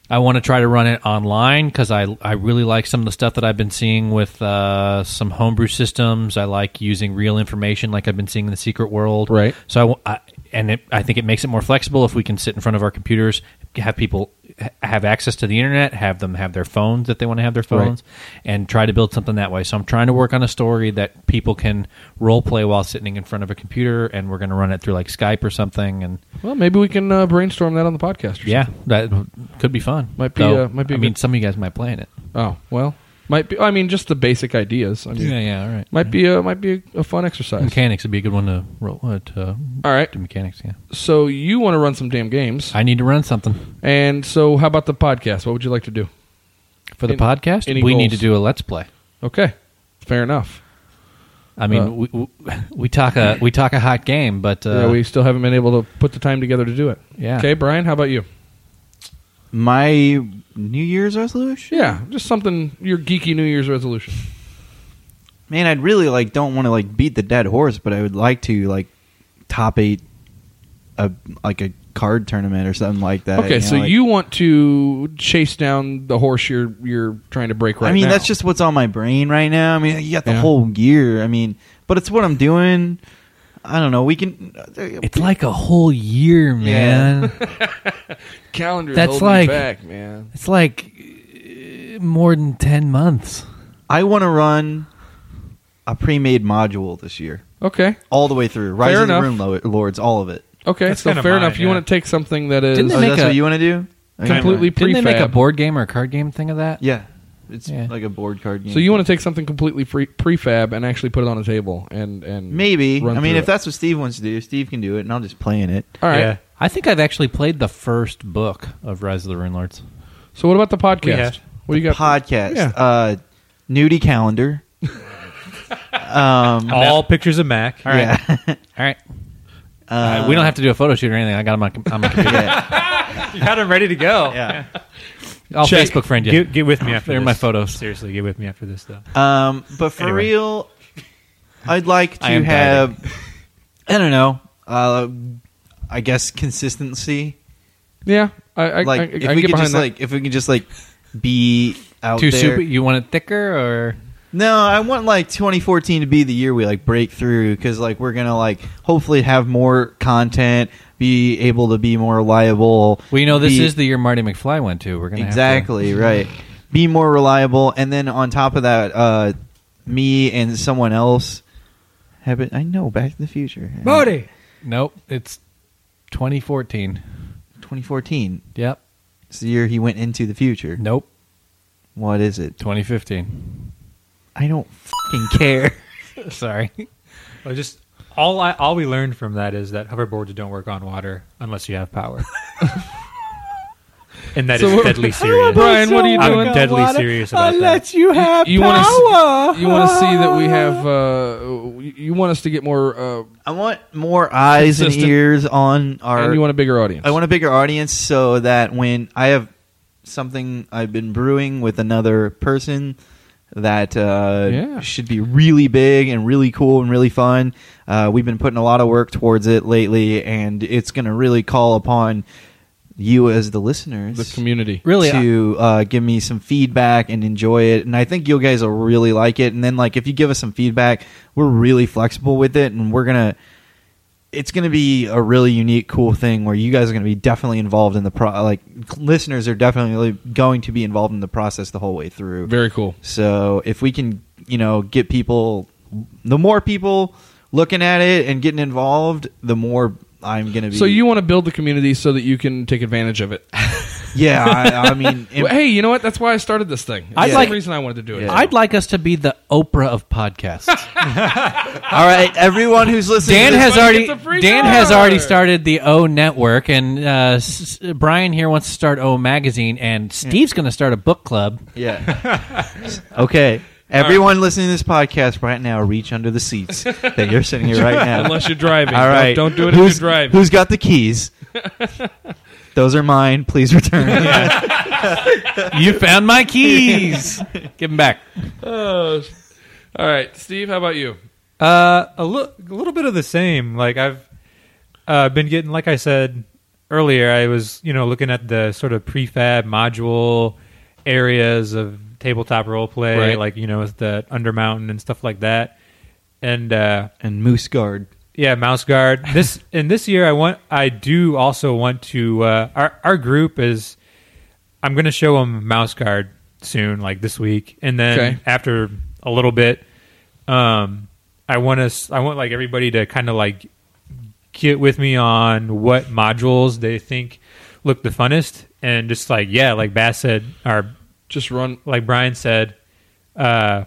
[SPEAKER 5] I want to try to run it online because I, I really like some of the stuff that I've been seeing with uh, some homebrew systems. I like using real information, like I've been seeing in the Secret World.
[SPEAKER 3] Right.
[SPEAKER 5] So I w I and it, I think it makes it more flexible if we can sit in front of our computers, have people ha- have access to the internet, have them have their phones that they want to have their phones, and try to build something that way. So I'm trying to work on a story that people can role play while sitting in front of a computer, and we're going to run it through like Skype or something, and
[SPEAKER 3] Well, maybe we can uh, brainstorm that on the podcast. Or
[SPEAKER 5] yeah, that could be fun.
[SPEAKER 3] Might be, uh, might be
[SPEAKER 5] I
[SPEAKER 3] a
[SPEAKER 5] mean,
[SPEAKER 3] good-
[SPEAKER 5] some of you guys might play in it.
[SPEAKER 3] something. Oh well, might be. I mean, just the basic ideas. I mean,
[SPEAKER 5] yeah. All right.
[SPEAKER 3] Might be a might be a, a fun exercise.
[SPEAKER 5] Mechanics would be a good one to roll. Uh, to,
[SPEAKER 3] All right.
[SPEAKER 5] to mechanics. Yeah.
[SPEAKER 3] So you want to run some damn games?
[SPEAKER 5] I need to run something
[SPEAKER 3] And so, how about the podcast? What would you like to do?
[SPEAKER 5] for the
[SPEAKER 3] Any-
[SPEAKER 5] podcast.
[SPEAKER 3] any
[SPEAKER 5] we need to
[SPEAKER 3] goals?
[SPEAKER 5] do a let's play.
[SPEAKER 3] Okay, fair enough.
[SPEAKER 5] I mean,
[SPEAKER 3] Uh,
[SPEAKER 5] we, we, we talk a we talk a hot game, but uh,
[SPEAKER 3] yeah, we still haven't been able to put the time together to do it.
[SPEAKER 5] Yeah.
[SPEAKER 3] Okay, Brian, how about you?
[SPEAKER 4] My New Year's resolution?
[SPEAKER 3] Yeah, just something your geeky New Year's resolution.
[SPEAKER 4] Man, I'd really like don't want to like beat the dead horse, but I would like to like top eight a like a card tournament or something like that.
[SPEAKER 3] okay,
[SPEAKER 4] Uh, know,
[SPEAKER 3] so
[SPEAKER 4] like-
[SPEAKER 3] you want to chase down the horse you're you're trying to break right
[SPEAKER 4] I mean,
[SPEAKER 3] now.
[SPEAKER 4] that's just what's on my brain right now. I mean, you got the
[SPEAKER 3] Yeah.
[SPEAKER 4] whole year. I mean, but it's what I'm doing. I don't know. We can. uh,
[SPEAKER 5] it's like a whole year, man.
[SPEAKER 3] calendar.
[SPEAKER 5] that's
[SPEAKER 3] holding
[SPEAKER 5] like-
[SPEAKER 3] you back, man.
[SPEAKER 5] it's like uh, more than ten months.
[SPEAKER 4] I want to run a pre-made module this year,
[SPEAKER 3] Okay,
[SPEAKER 4] all the way through. Rise
[SPEAKER 3] Fair
[SPEAKER 4] of the
[SPEAKER 3] enough.
[SPEAKER 4] Rune Lo- Lords, all of it.
[SPEAKER 3] okay.
[SPEAKER 6] That's
[SPEAKER 3] so
[SPEAKER 6] kinda
[SPEAKER 3] fair
[SPEAKER 6] mine,
[SPEAKER 3] enough. You
[SPEAKER 6] yeah.
[SPEAKER 3] want to take something that
[SPEAKER 5] Didn't
[SPEAKER 3] is
[SPEAKER 5] they
[SPEAKER 4] Oh,
[SPEAKER 5] make
[SPEAKER 4] that's
[SPEAKER 5] a-
[SPEAKER 4] what you want to do? Okay.
[SPEAKER 3] completely
[SPEAKER 5] Didn't
[SPEAKER 3] prefab.
[SPEAKER 5] they make a board game or a card game thing of that?
[SPEAKER 4] Yeah, it's
[SPEAKER 5] Yeah.
[SPEAKER 4] like a board card game.
[SPEAKER 3] so you want to take something completely free, prefab and actually put it on a table and and
[SPEAKER 4] maybe?
[SPEAKER 3] run
[SPEAKER 4] I mean,
[SPEAKER 3] through
[SPEAKER 4] if
[SPEAKER 3] it.
[SPEAKER 4] that's what Steve wants to do, Steve can do it, and I'll just play in it.
[SPEAKER 3] all right.
[SPEAKER 6] Yeah.
[SPEAKER 5] I think I've actually played the first book of Rise of the Rune Lords.
[SPEAKER 3] So what about the podcast?
[SPEAKER 6] We have-
[SPEAKER 3] What do you got?
[SPEAKER 4] Podcast,
[SPEAKER 3] Yeah.
[SPEAKER 4] uh, nudie calendar. um,
[SPEAKER 6] All pictures of Mac.
[SPEAKER 5] All right.
[SPEAKER 4] yeah.
[SPEAKER 5] All right. Uh, we don't have to do a photo shoot or anything. I got him on, com- on my computer.
[SPEAKER 6] You had him ready to go.
[SPEAKER 4] yeah.
[SPEAKER 5] I'll
[SPEAKER 6] Check.
[SPEAKER 5] Facebook friend you.
[SPEAKER 6] Get, get with me after
[SPEAKER 5] They're
[SPEAKER 6] this.
[SPEAKER 5] my photos.
[SPEAKER 6] Seriously, get with me after this, though.
[SPEAKER 4] Um, but for
[SPEAKER 6] Anyway.
[SPEAKER 4] real, I'd like to
[SPEAKER 5] I am
[SPEAKER 4] have. I don't know. Uh, I guess consistency.
[SPEAKER 3] Yeah, I, I
[SPEAKER 4] like
[SPEAKER 3] I,
[SPEAKER 4] if
[SPEAKER 3] I
[SPEAKER 4] we
[SPEAKER 3] get
[SPEAKER 4] could
[SPEAKER 3] behind
[SPEAKER 4] just
[SPEAKER 3] that.
[SPEAKER 4] like if we can just like be out
[SPEAKER 5] Too
[SPEAKER 4] there.
[SPEAKER 5] super? You want it thicker or
[SPEAKER 4] No, I want like 2014 to be the year we like break through because like we're gonna like hopefully have more content, be able to be more reliable.
[SPEAKER 5] well, you know, this
[SPEAKER 4] be-
[SPEAKER 5] is the year Marty McFly went to. We're gonna have to-
[SPEAKER 4] exactly right. Be more reliable, and then on top of that, uh, me and someone else have it. I know Back to the Future. Uh,
[SPEAKER 5] nope, it's 2014.
[SPEAKER 4] 2014.
[SPEAKER 5] Yep.
[SPEAKER 4] It's the year he went into the future.
[SPEAKER 5] Nope.
[SPEAKER 4] What is it?
[SPEAKER 5] 2015.
[SPEAKER 4] I don't fucking care.
[SPEAKER 5] Sorry.
[SPEAKER 6] Well, just all I all we learned from that is that hoverboards don't work on water unless you have power. and that is
[SPEAKER 3] So what-
[SPEAKER 6] deadly serious.
[SPEAKER 3] Brian, what are you doing?
[SPEAKER 6] I'm deadly serious about that.
[SPEAKER 5] you have
[SPEAKER 3] You want to you want to see that we have uh, you- you want us to get more uh,
[SPEAKER 4] I want more eyes
[SPEAKER 3] Consistent.
[SPEAKER 4] and ears on our.
[SPEAKER 3] and you want a bigger audience.
[SPEAKER 4] I want a bigger audience so that when I have something I've been brewing with another person that uh,
[SPEAKER 3] Yeah.
[SPEAKER 4] should be really big and really cool and really fun. Uh, we've been putting a lot of work towards it lately, and it's going to really call upon you as the listeners.
[SPEAKER 3] the community.
[SPEAKER 5] Really,
[SPEAKER 4] to uh, give me some feedback and enjoy it. And I think you guys will really like it. And then like if you give us some feedback, we're really flexible with it, and we're gonna. it's going to be a really unique, cool thing where you guys are going to be definitely involved in the pro. Like listeners are definitely going to be involved in the process the whole way through.
[SPEAKER 3] Very cool.
[SPEAKER 4] So if we can, you know, get people, the more people looking at it and getting involved, the more I'm going to be.
[SPEAKER 3] So you want to build the community so that you can take advantage of it.
[SPEAKER 4] yeah, I, I mean,
[SPEAKER 3] Well, hey, you know what? That's why I started this thing. That's
[SPEAKER 5] like-
[SPEAKER 3] the reason I wanted to do it.
[SPEAKER 4] Yeah.
[SPEAKER 5] I'd like us to be the Oprah of podcasts.
[SPEAKER 4] all right, everyone who's listening,
[SPEAKER 5] Dan
[SPEAKER 4] to this-
[SPEAKER 5] has
[SPEAKER 3] one
[SPEAKER 5] already
[SPEAKER 3] gets a free
[SPEAKER 5] Dan has
[SPEAKER 3] car.
[SPEAKER 5] already started the O Network, and uh, S- S- Brian here wants to start O Magazine, and Steve's going to start a book club.
[SPEAKER 4] Yeah. okay. Everyone listening to this podcast right now, reach under the seats that you're sitting here right now.
[SPEAKER 3] Unless you're driving.
[SPEAKER 4] All right.
[SPEAKER 3] Don't, don't do it
[SPEAKER 4] who's,
[SPEAKER 3] if you're driving.
[SPEAKER 4] Who's got the keys? Those are mine. Please return.
[SPEAKER 5] you found my keys. Give them back.
[SPEAKER 3] Oh. All right, Steve, how about you?
[SPEAKER 6] Uh, a, li- a little bit of the same. Like I've uh, been getting, like I said earlier, I was you know looking at the sort of prefab module areas of tabletop role play,
[SPEAKER 3] Right.
[SPEAKER 6] like you know with the Undermountain and stuff like that. And uh,
[SPEAKER 4] And Moose Guard.
[SPEAKER 6] yeah, Mouse Guard. This and this year, I want. I do also want to. Uh, our our group is. I'm going to show them Mouse Guard soon, like this week, and then
[SPEAKER 3] Okay.
[SPEAKER 6] after a little bit, um, I want us. I want like everybody to kind of like get with me on what modules they think look the funnest, and just like yeah, like Bass said, or
[SPEAKER 3] Just run.
[SPEAKER 6] like Brian said, uh,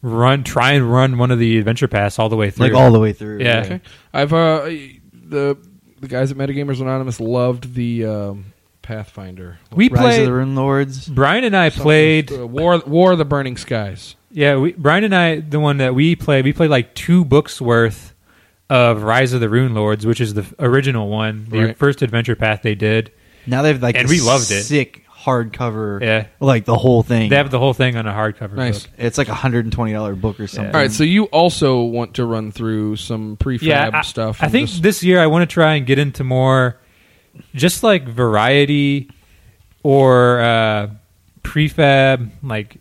[SPEAKER 6] run, try and run one of the adventure paths all the way through,
[SPEAKER 4] Like all the way through.
[SPEAKER 6] Yeah.
[SPEAKER 3] Okay. I've uh the the guys at Metagamers Anonymous loved the um, Pathfinder.
[SPEAKER 6] We
[SPEAKER 4] Rise
[SPEAKER 6] played
[SPEAKER 4] of the Rune Lords.
[SPEAKER 6] Brian and I played.
[SPEAKER 3] Uh, War War of the Burning Skies.
[SPEAKER 6] Yeah, we, Brian and I, the one that we played, we played like two books worth of Rise of the Rune Lords, which is the f- original one, the
[SPEAKER 3] Right.
[SPEAKER 6] first adventure path they did.
[SPEAKER 4] Now they have like
[SPEAKER 6] And
[SPEAKER 4] this
[SPEAKER 6] we loved it.
[SPEAKER 4] Sick hardcover.
[SPEAKER 6] Yeah.
[SPEAKER 4] Like the whole thing.
[SPEAKER 6] They have the whole thing on a hardcover.
[SPEAKER 3] Nice.
[SPEAKER 6] Book.
[SPEAKER 4] it's like a hundred and twenty dollar book or something.
[SPEAKER 3] All right, so you also want to run through some prefab
[SPEAKER 6] Yeah, I,
[SPEAKER 3] stuff.
[SPEAKER 6] I
[SPEAKER 3] and
[SPEAKER 6] think
[SPEAKER 3] just-
[SPEAKER 6] this year I want to try and get into more, just like variety or uh, prefab, like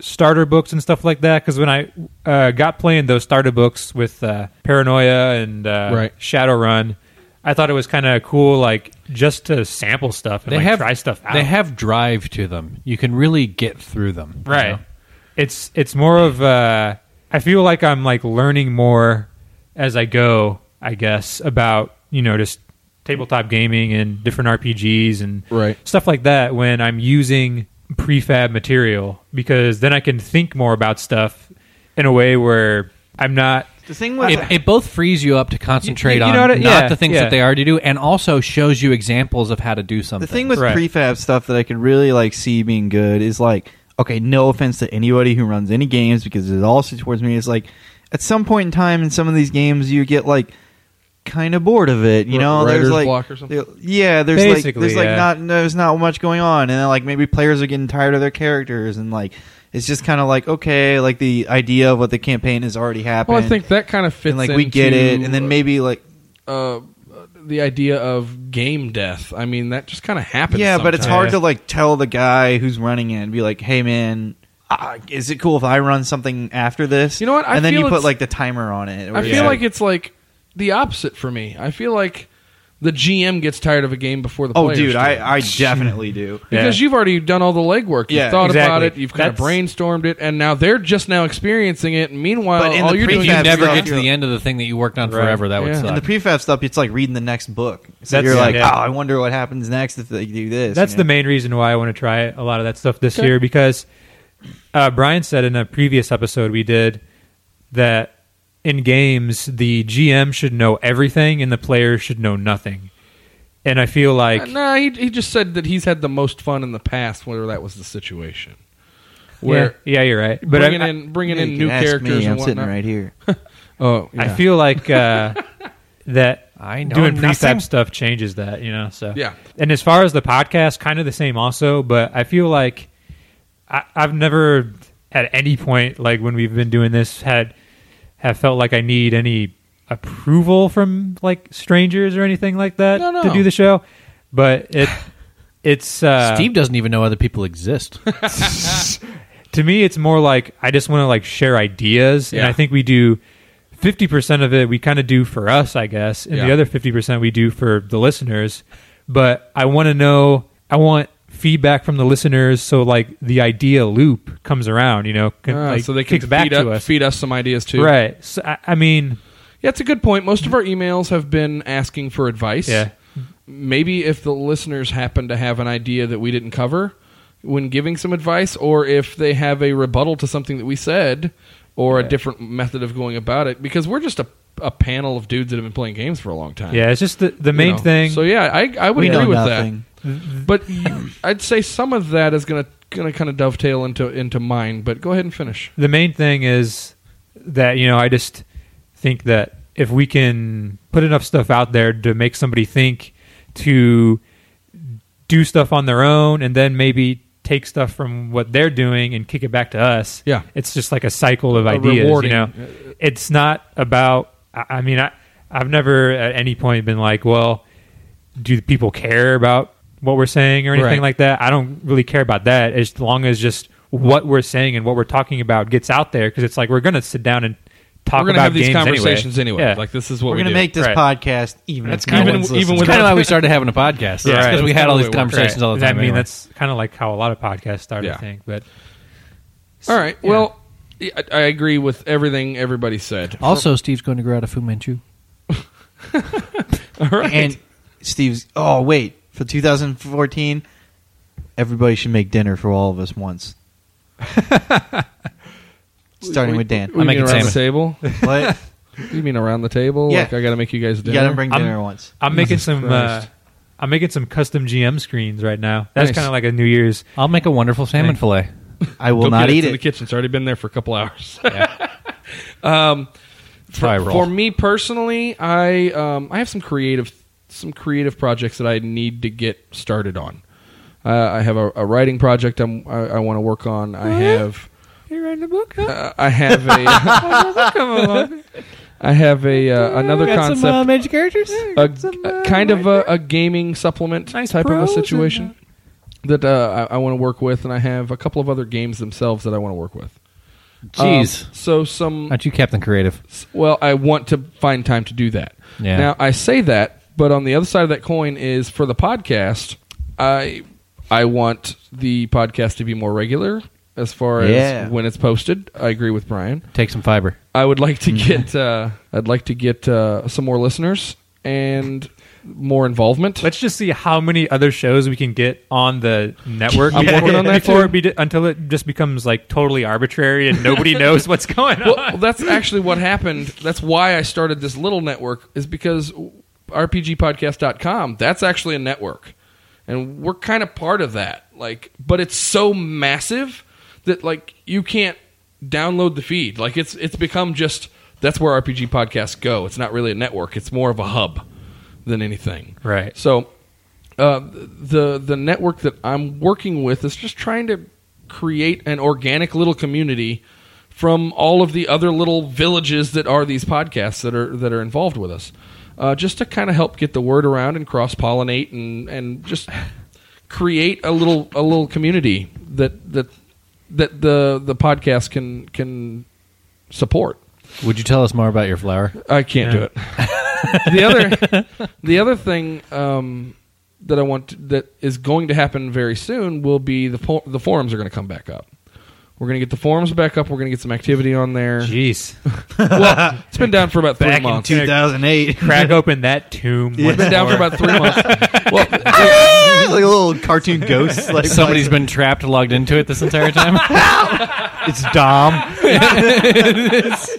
[SPEAKER 6] starter books and stuff like that. Because when I uh, got playing those starter books with uh, Paranoia and uh,
[SPEAKER 3] Right.
[SPEAKER 6] Shadowrun, I thought it was kind of cool, like just to sample stuff and like, try stuff out.
[SPEAKER 5] They have drive to them. You can really get through them. you
[SPEAKER 6] right.
[SPEAKER 5] know?
[SPEAKER 6] It's it's more of uh, I feel like I'm like learning more as I go, I guess, about you know just tabletop gaming and different RPGs and
[SPEAKER 3] Right.
[SPEAKER 6] stuff like that when I'm using prefab material because then I can think more about stuff in a way where I'm not
[SPEAKER 4] The thing was
[SPEAKER 5] It, it both frees you up to concentrate
[SPEAKER 6] Uh, you know
[SPEAKER 5] on
[SPEAKER 6] what I-
[SPEAKER 5] not
[SPEAKER 6] yeah,
[SPEAKER 5] the things
[SPEAKER 6] yeah.
[SPEAKER 5] that they already do, and also shows you examples of how to do something.
[SPEAKER 4] The thing with
[SPEAKER 6] Right.
[SPEAKER 4] prefab stuff that I could really like see being good is like, okay, no offense to anybody who runs any games because it also towards me is like, at some point in time in some of these games you get like kind of bored of it, you
[SPEAKER 3] R-
[SPEAKER 4] know?
[SPEAKER 3] writer's
[SPEAKER 4] there's like
[SPEAKER 3] block or something?
[SPEAKER 4] yeah, there's
[SPEAKER 6] Basically,
[SPEAKER 4] like there's like
[SPEAKER 6] yeah.
[SPEAKER 4] not there's not much going on, and then like maybe players are getting tired of their characters and like. It's just kind of like okay, like the idea of what the campaign has already happened.
[SPEAKER 3] well, Oh, I think that kind of fits.
[SPEAKER 4] and like we get it,
[SPEAKER 3] into,
[SPEAKER 4] and then maybe like
[SPEAKER 3] uh, the idea of game death. I mean, that just kind of happens.
[SPEAKER 4] Yeah, but it's
[SPEAKER 3] sometimes.
[SPEAKER 4] hard to like tell the guy who's running it and be like, "Hey, man, uh, is it cool if I run something after this?"
[SPEAKER 3] You know what? I
[SPEAKER 4] and then
[SPEAKER 3] feel
[SPEAKER 4] you put
[SPEAKER 3] it's-
[SPEAKER 4] like the timer on it.
[SPEAKER 3] I feel like it's like the opposite for me. I feel like the GM gets tired of a game before the
[SPEAKER 4] oh,
[SPEAKER 3] players
[SPEAKER 4] dude,
[SPEAKER 3] do.
[SPEAKER 4] I, I definitely do.
[SPEAKER 3] because you've already done all the legwork. You've
[SPEAKER 4] Yeah,
[SPEAKER 3] thought about
[SPEAKER 6] exactly.
[SPEAKER 3] it. You've kind of
[SPEAKER 6] That's-
[SPEAKER 3] brainstormed it, and now they're just now experiencing it. And meanwhile,
[SPEAKER 4] But in
[SPEAKER 3] all
[SPEAKER 4] the
[SPEAKER 3] you're doing
[SPEAKER 5] you
[SPEAKER 4] prefab
[SPEAKER 3] is
[SPEAKER 5] never
[SPEAKER 4] stuff-
[SPEAKER 5] get to the end of the thing that you worked on
[SPEAKER 6] Right.
[SPEAKER 5] forever. That would
[SPEAKER 3] Yeah.
[SPEAKER 5] suck.
[SPEAKER 4] In the prefab stuff, it's like reading the next book. So
[SPEAKER 6] That's-
[SPEAKER 4] you're like,
[SPEAKER 6] yeah.
[SPEAKER 4] "Oh, I wonder what happens next if they do this."
[SPEAKER 6] That's
[SPEAKER 4] you
[SPEAKER 6] the
[SPEAKER 4] know?
[SPEAKER 6] main reason why I want to try a lot of that stuff this
[SPEAKER 3] Okay.
[SPEAKER 6] year because uh, Brian said in a previous episode we did that in games the GM should know everything and the player should know nothing, and I feel like
[SPEAKER 3] Uh, nah, he, he just said that he's had the most fun in the past, whether that was the situation. Where
[SPEAKER 6] yeah, yeah, you're right, but
[SPEAKER 3] but
[SPEAKER 6] I,
[SPEAKER 3] bringing in bringing
[SPEAKER 4] Yeah,
[SPEAKER 3] in
[SPEAKER 4] you
[SPEAKER 3] new
[SPEAKER 4] can ask
[SPEAKER 3] characters
[SPEAKER 4] Me,
[SPEAKER 3] and
[SPEAKER 4] I'm sitting
[SPEAKER 3] whatnot.
[SPEAKER 4] right here.
[SPEAKER 3] Oh,
[SPEAKER 6] I
[SPEAKER 3] yeah.
[SPEAKER 6] feel like uh, that
[SPEAKER 5] I know
[SPEAKER 6] doing prefab
[SPEAKER 5] nothing.
[SPEAKER 6] stuff changes that, you know. So
[SPEAKER 3] Yeah.
[SPEAKER 6] And as far as the podcast, kind of the same also, but I feel like I, I've never at any point like when we've been doing this had have felt like I need any approval from like strangers or anything like that
[SPEAKER 3] No, no.
[SPEAKER 6] to do the show. But it it's uh,
[SPEAKER 5] Steve doesn't even know other people exist.
[SPEAKER 6] to me it's more like i just want to like share ideas and
[SPEAKER 3] Yeah.
[SPEAKER 6] i think we do fifty percent of it we kind of do for us, I guess, and the
[SPEAKER 3] Yeah.
[SPEAKER 6] other fifty percent we do for the listeners. But I want to know. I want feedback from the listeners, so like the idea loop comes around. You know, can,
[SPEAKER 3] Ah,
[SPEAKER 6] like,
[SPEAKER 3] so they
[SPEAKER 6] kicks
[SPEAKER 3] can
[SPEAKER 6] back
[SPEAKER 3] feed,
[SPEAKER 6] to
[SPEAKER 3] up-
[SPEAKER 6] us,
[SPEAKER 3] feed us some ideas too.
[SPEAKER 6] right? So I, I mean,
[SPEAKER 3] Yeah, it's a good point. Most of our emails have been asking for advice.
[SPEAKER 6] Yeah.
[SPEAKER 3] Maybe if the listeners happen to have an idea that we didn't cover when giving some advice, or if they have a rebuttal to something that we said, or a different method of going about it, because we're just a, a panel of dudes that have been playing games for a long time.
[SPEAKER 6] yeah, it's just the the
[SPEAKER 3] You
[SPEAKER 6] main
[SPEAKER 3] know?
[SPEAKER 6] thing.
[SPEAKER 3] So yeah, I, I would
[SPEAKER 4] We
[SPEAKER 3] agree
[SPEAKER 4] know
[SPEAKER 3] with
[SPEAKER 4] nothing.
[SPEAKER 3] that. But you- I'd say some of that is gonna gonna kind of dovetail into into mine. But go ahead and finish.
[SPEAKER 6] the main thing is that you know I just think that if we can put enough stuff out there to make somebody think to do stuff on their own and then maybe take stuff from what they're doing and kick it back to us.
[SPEAKER 3] Yeah.
[SPEAKER 6] It's just like a cycle of
[SPEAKER 3] A
[SPEAKER 6] ideas,
[SPEAKER 3] rewarding-
[SPEAKER 6] you know. It's not about I I mean I I've never at any point been like, well, do the people care about what we're saying or anything
[SPEAKER 3] Right.
[SPEAKER 6] like that? I don't really care about that as long as just what we're saying and what we're talking about gets out there because it's like we're going to sit down and talk
[SPEAKER 3] We're gonna
[SPEAKER 6] about
[SPEAKER 3] have these
[SPEAKER 6] games
[SPEAKER 3] conversations anyway.
[SPEAKER 6] Yeah.
[SPEAKER 3] Like this is what
[SPEAKER 4] We're
[SPEAKER 3] we
[SPEAKER 4] gonna
[SPEAKER 3] do.
[SPEAKER 4] make this
[SPEAKER 6] Right.
[SPEAKER 4] podcast even.
[SPEAKER 5] That's
[SPEAKER 4] if no
[SPEAKER 5] kinda-
[SPEAKER 4] one's
[SPEAKER 3] even- even
[SPEAKER 4] listening.
[SPEAKER 3] with-
[SPEAKER 5] It's kind of like we started having a podcast.
[SPEAKER 6] Yeah.
[SPEAKER 5] Yeah, because we had all these
[SPEAKER 3] That's kinda the way it
[SPEAKER 5] conversations all the
[SPEAKER 6] That-
[SPEAKER 5] time.
[SPEAKER 6] I mean,
[SPEAKER 5] anyway.
[SPEAKER 6] that's kind of like how a lot of podcasts started,
[SPEAKER 3] Yeah.
[SPEAKER 6] I think. But
[SPEAKER 3] All right. Well, I, I agree with everything everybody said.
[SPEAKER 5] also Steve's going to grow out a Fu Manchu.
[SPEAKER 4] and Steve's. Oh wait, for 2014, everybody should make dinner for all of us once. Starting with Dan.
[SPEAKER 3] We mean
[SPEAKER 5] I'm making
[SPEAKER 3] around the
[SPEAKER 5] salmon.
[SPEAKER 3] table.
[SPEAKER 4] What?
[SPEAKER 3] You mean around the table?
[SPEAKER 4] Yeah.
[SPEAKER 3] Like I got to make you guys
[SPEAKER 4] You
[SPEAKER 3] dinner.
[SPEAKER 4] got to bring
[SPEAKER 6] I'm-
[SPEAKER 4] dinner once.
[SPEAKER 6] I'm making some. Uh,
[SPEAKER 3] Christ.
[SPEAKER 6] I'm making some custom GM screens right now. That's
[SPEAKER 3] Nice.
[SPEAKER 6] kind of like a New Year's.
[SPEAKER 5] I'll make a wonderful salmon fillet.
[SPEAKER 4] I will
[SPEAKER 3] Go
[SPEAKER 4] not
[SPEAKER 3] get
[SPEAKER 4] eat
[SPEAKER 3] it. in the
[SPEAKER 4] it.
[SPEAKER 3] kitchen. It's already been there for a couple hours. um,
[SPEAKER 5] Fry
[SPEAKER 3] for,
[SPEAKER 5] roll.
[SPEAKER 3] for me personally, I um, I have some creative some creative projects that I need to get started on. Uh, I have a, a writing project I'm, I, I want to work on. I have
[SPEAKER 6] You're writing a book.
[SPEAKER 3] uh, I have a I have a uh, another concept
[SPEAKER 5] magic characters.
[SPEAKER 3] a, a
[SPEAKER 5] uh,
[SPEAKER 3] kind of a, a gaming supplement type of a
[SPEAKER 6] pros and,
[SPEAKER 3] situation that uh, I, I want to work with, and I have a couple of other games themselves that I want to work with.
[SPEAKER 5] Jeez,
[SPEAKER 3] Um, so some
[SPEAKER 5] aren't you Captain Creative?
[SPEAKER 3] well, I want to find time to do that.
[SPEAKER 5] Yeah.
[SPEAKER 3] Now I say that, but on the other side of that coin is for the podcast. I I want the podcast to be more regular as far as
[SPEAKER 4] Yeah.
[SPEAKER 3] when it's posted. I agree with Brian.
[SPEAKER 5] Take some fiber.
[SPEAKER 3] I would like to
[SPEAKER 5] Mm-hmm.
[SPEAKER 3] get uh, I'd like to get uh, some more listeners and more involvement.
[SPEAKER 6] Let's just see how many other shows we can get on the network.
[SPEAKER 3] I'm working on that,
[SPEAKER 6] before
[SPEAKER 3] too.
[SPEAKER 6] it be, until it just becomes like totally arbitrary and nobody knows what's going on.
[SPEAKER 3] well, well, that's actually what happened. That's why I started this little network is because rpgpodcast.com, that's actually a network. And we're kind of part of that. Like, but it's so massive that like you can't download the feed. Like it's it's become just that's where RPG podcasts go. It's not really a network. It's more of a hub than anything.
[SPEAKER 6] Right.
[SPEAKER 3] So uh, the the network that I'm working with is just trying to create an organic little community from all of the other little villages that are these podcasts that are that are involved with us, uh, just to kind of help get the word around and cross pollinate and and just create a little a little community that that that the the podcast can can support.
[SPEAKER 5] Would you tell us more about your flower?
[SPEAKER 3] I can't do it. the other, the other thing um, that I want that is going to happen very soon will be the for- the forums are going to come back up. We're going to get the forums back up. We're going to get some activity on there.
[SPEAKER 6] Jeez.
[SPEAKER 3] Well, it's been down for about three
[SPEAKER 6] Back in
[SPEAKER 3] months.
[SPEAKER 6] two-
[SPEAKER 4] 2008.
[SPEAKER 6] Crack open that tomb.
[SPEAKER 3] it's been down for about three months. Well,
[SPEAKER 4] like little cartoon ghosts. Like
[SPEAKER 5] Somebody's been trapped, logged into it this entire time.
[SPEAKER 4] It's Dom. it's,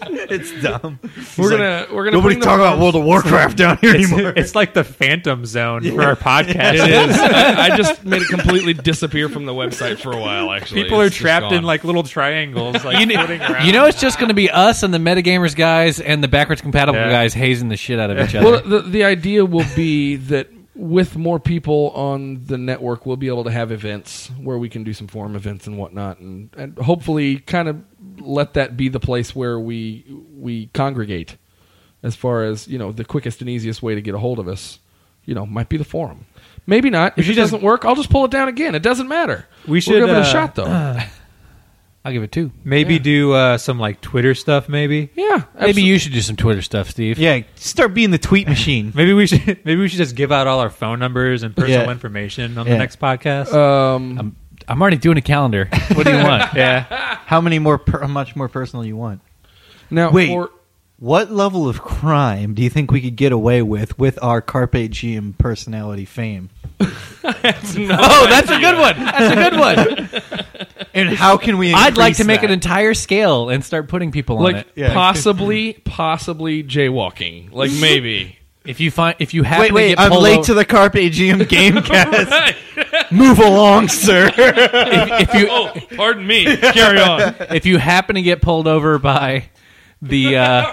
[SPEAKER 4] it's Dom.
[SPEAKER 3] we're gonna we're gonna
[SPEAKER 4] Nobody's
[SPEAKER 3] bring the
[SPEAKER 4] talking about
[SPEAKER 3] forums-
[SPEAKER 4] World of Warcraft down here
[SPEAKER 6] It's,
[SPEAKER 4] anymore.
[SPEAKER 6] it's like the phantom zone for our podcast.
[SPEAKER 3] It is. I I just made it completely disappear from the website for a while. Actually,
[SPEAKER 6] People are
[SPEAKER 3] It's just
[SPEAKER 6] trapped in
[SPEAKER 3] gone.
[SPEAKER 6] like little triangles, like floating around.
[SPEAKER 5] you know, it's just going to be us and the metagamers guys and the backwards compatible
[SPEAKER 6] Yeah.
[SPEAKER 5] guys hazing the shit out of each other.
[SPEAKER 3] Well, the, the idea will be that with more people on the network, we'll be able to have events where we can do some forum events and whatnot, and, and hopefully kind of let that be the place where we we congregate. As far as you know, the quickest and easiest way to get a hold of us, you know, might be the forum. Maybe not. If
[SPEAKER 6] should
[SPEAKER 3] it doesn't work, I'll just pull it down again. It doesn't matter.
[SPEAKER 6] We
[SPEAKER 3] We'll
[SPEAKER 6] should,
[SPEAKER 3] give it a
[SPEAKER 6] uh,
[SPEAKER 3] shot though.
[SPEAKER 5] I'll give it two.
[SPEAKER 6] Maybe do uh, some like Twitter stuff. Maybe
[SPEAKER 3] Yeah,
[SPEAKER 5] Maybe you should do some Twitter stuff, Steve.
[SPEAKER 4] Yeah, start being the tweet machine.
[SPEAKER 6] maybe we should maybe we should just give out all our phone numbers and personal
[SPEAKER 4] Yeah.
[SPEAKER 6] information on
[SPEAKER 4] Yeah.
[SPEAKER 6] the next podcast.
[SPEAKER 3] Um,
[SPEAKER 5] I'm, I'm already doing a calendar. What do you want?
[SPEAKER 6] yeah,
[SPEAKER 4] How many more? Per, how much more personal you want?
[SPEAKER 3] now,
[SPEAKER 4] Wait.
[SPEAKER 3] for-
[SPEAKER 4] What level of crime do you think we could get away with with our Carpe Diem personality fame?
[SPEAKER 5] oh, that's a good one. That's a good one.
[SPEAKER 4] And how can we?
[SPEAKER 5] I'd like
[SPEAKER 4] increase
[SPEAKER 5] to make
[SPEAKER 4] that?
[SPEAKER 5] an entire scale and start putting people on
[SPEAKER 3] like
[SPEAKER 5] it.
[SPEAKER 4] Yeah.
[SPEAKER 3] possibly, possibly jaywalking. Like maybe.
[SPEAKER 5] If you find, if you happen
[SPEAKER 4] Wait,
[SPEAKER 5] to
[SPEAKER 4] wait!
[SPEAKER 5] get
[SPEAKER 4] I'm
[SPEAKER 5] pulled
[SPEAKER 4] late
[SPEAKER 5] over-
[SPEAKER 4] to the Carpe Diem gamecast. Move along, sir.
[SPEAKER 5] if you
[SPEAKER 3] oh, pardon me. Carry on.
[SPEAKER 5] if you happen to get pulled over by the uh,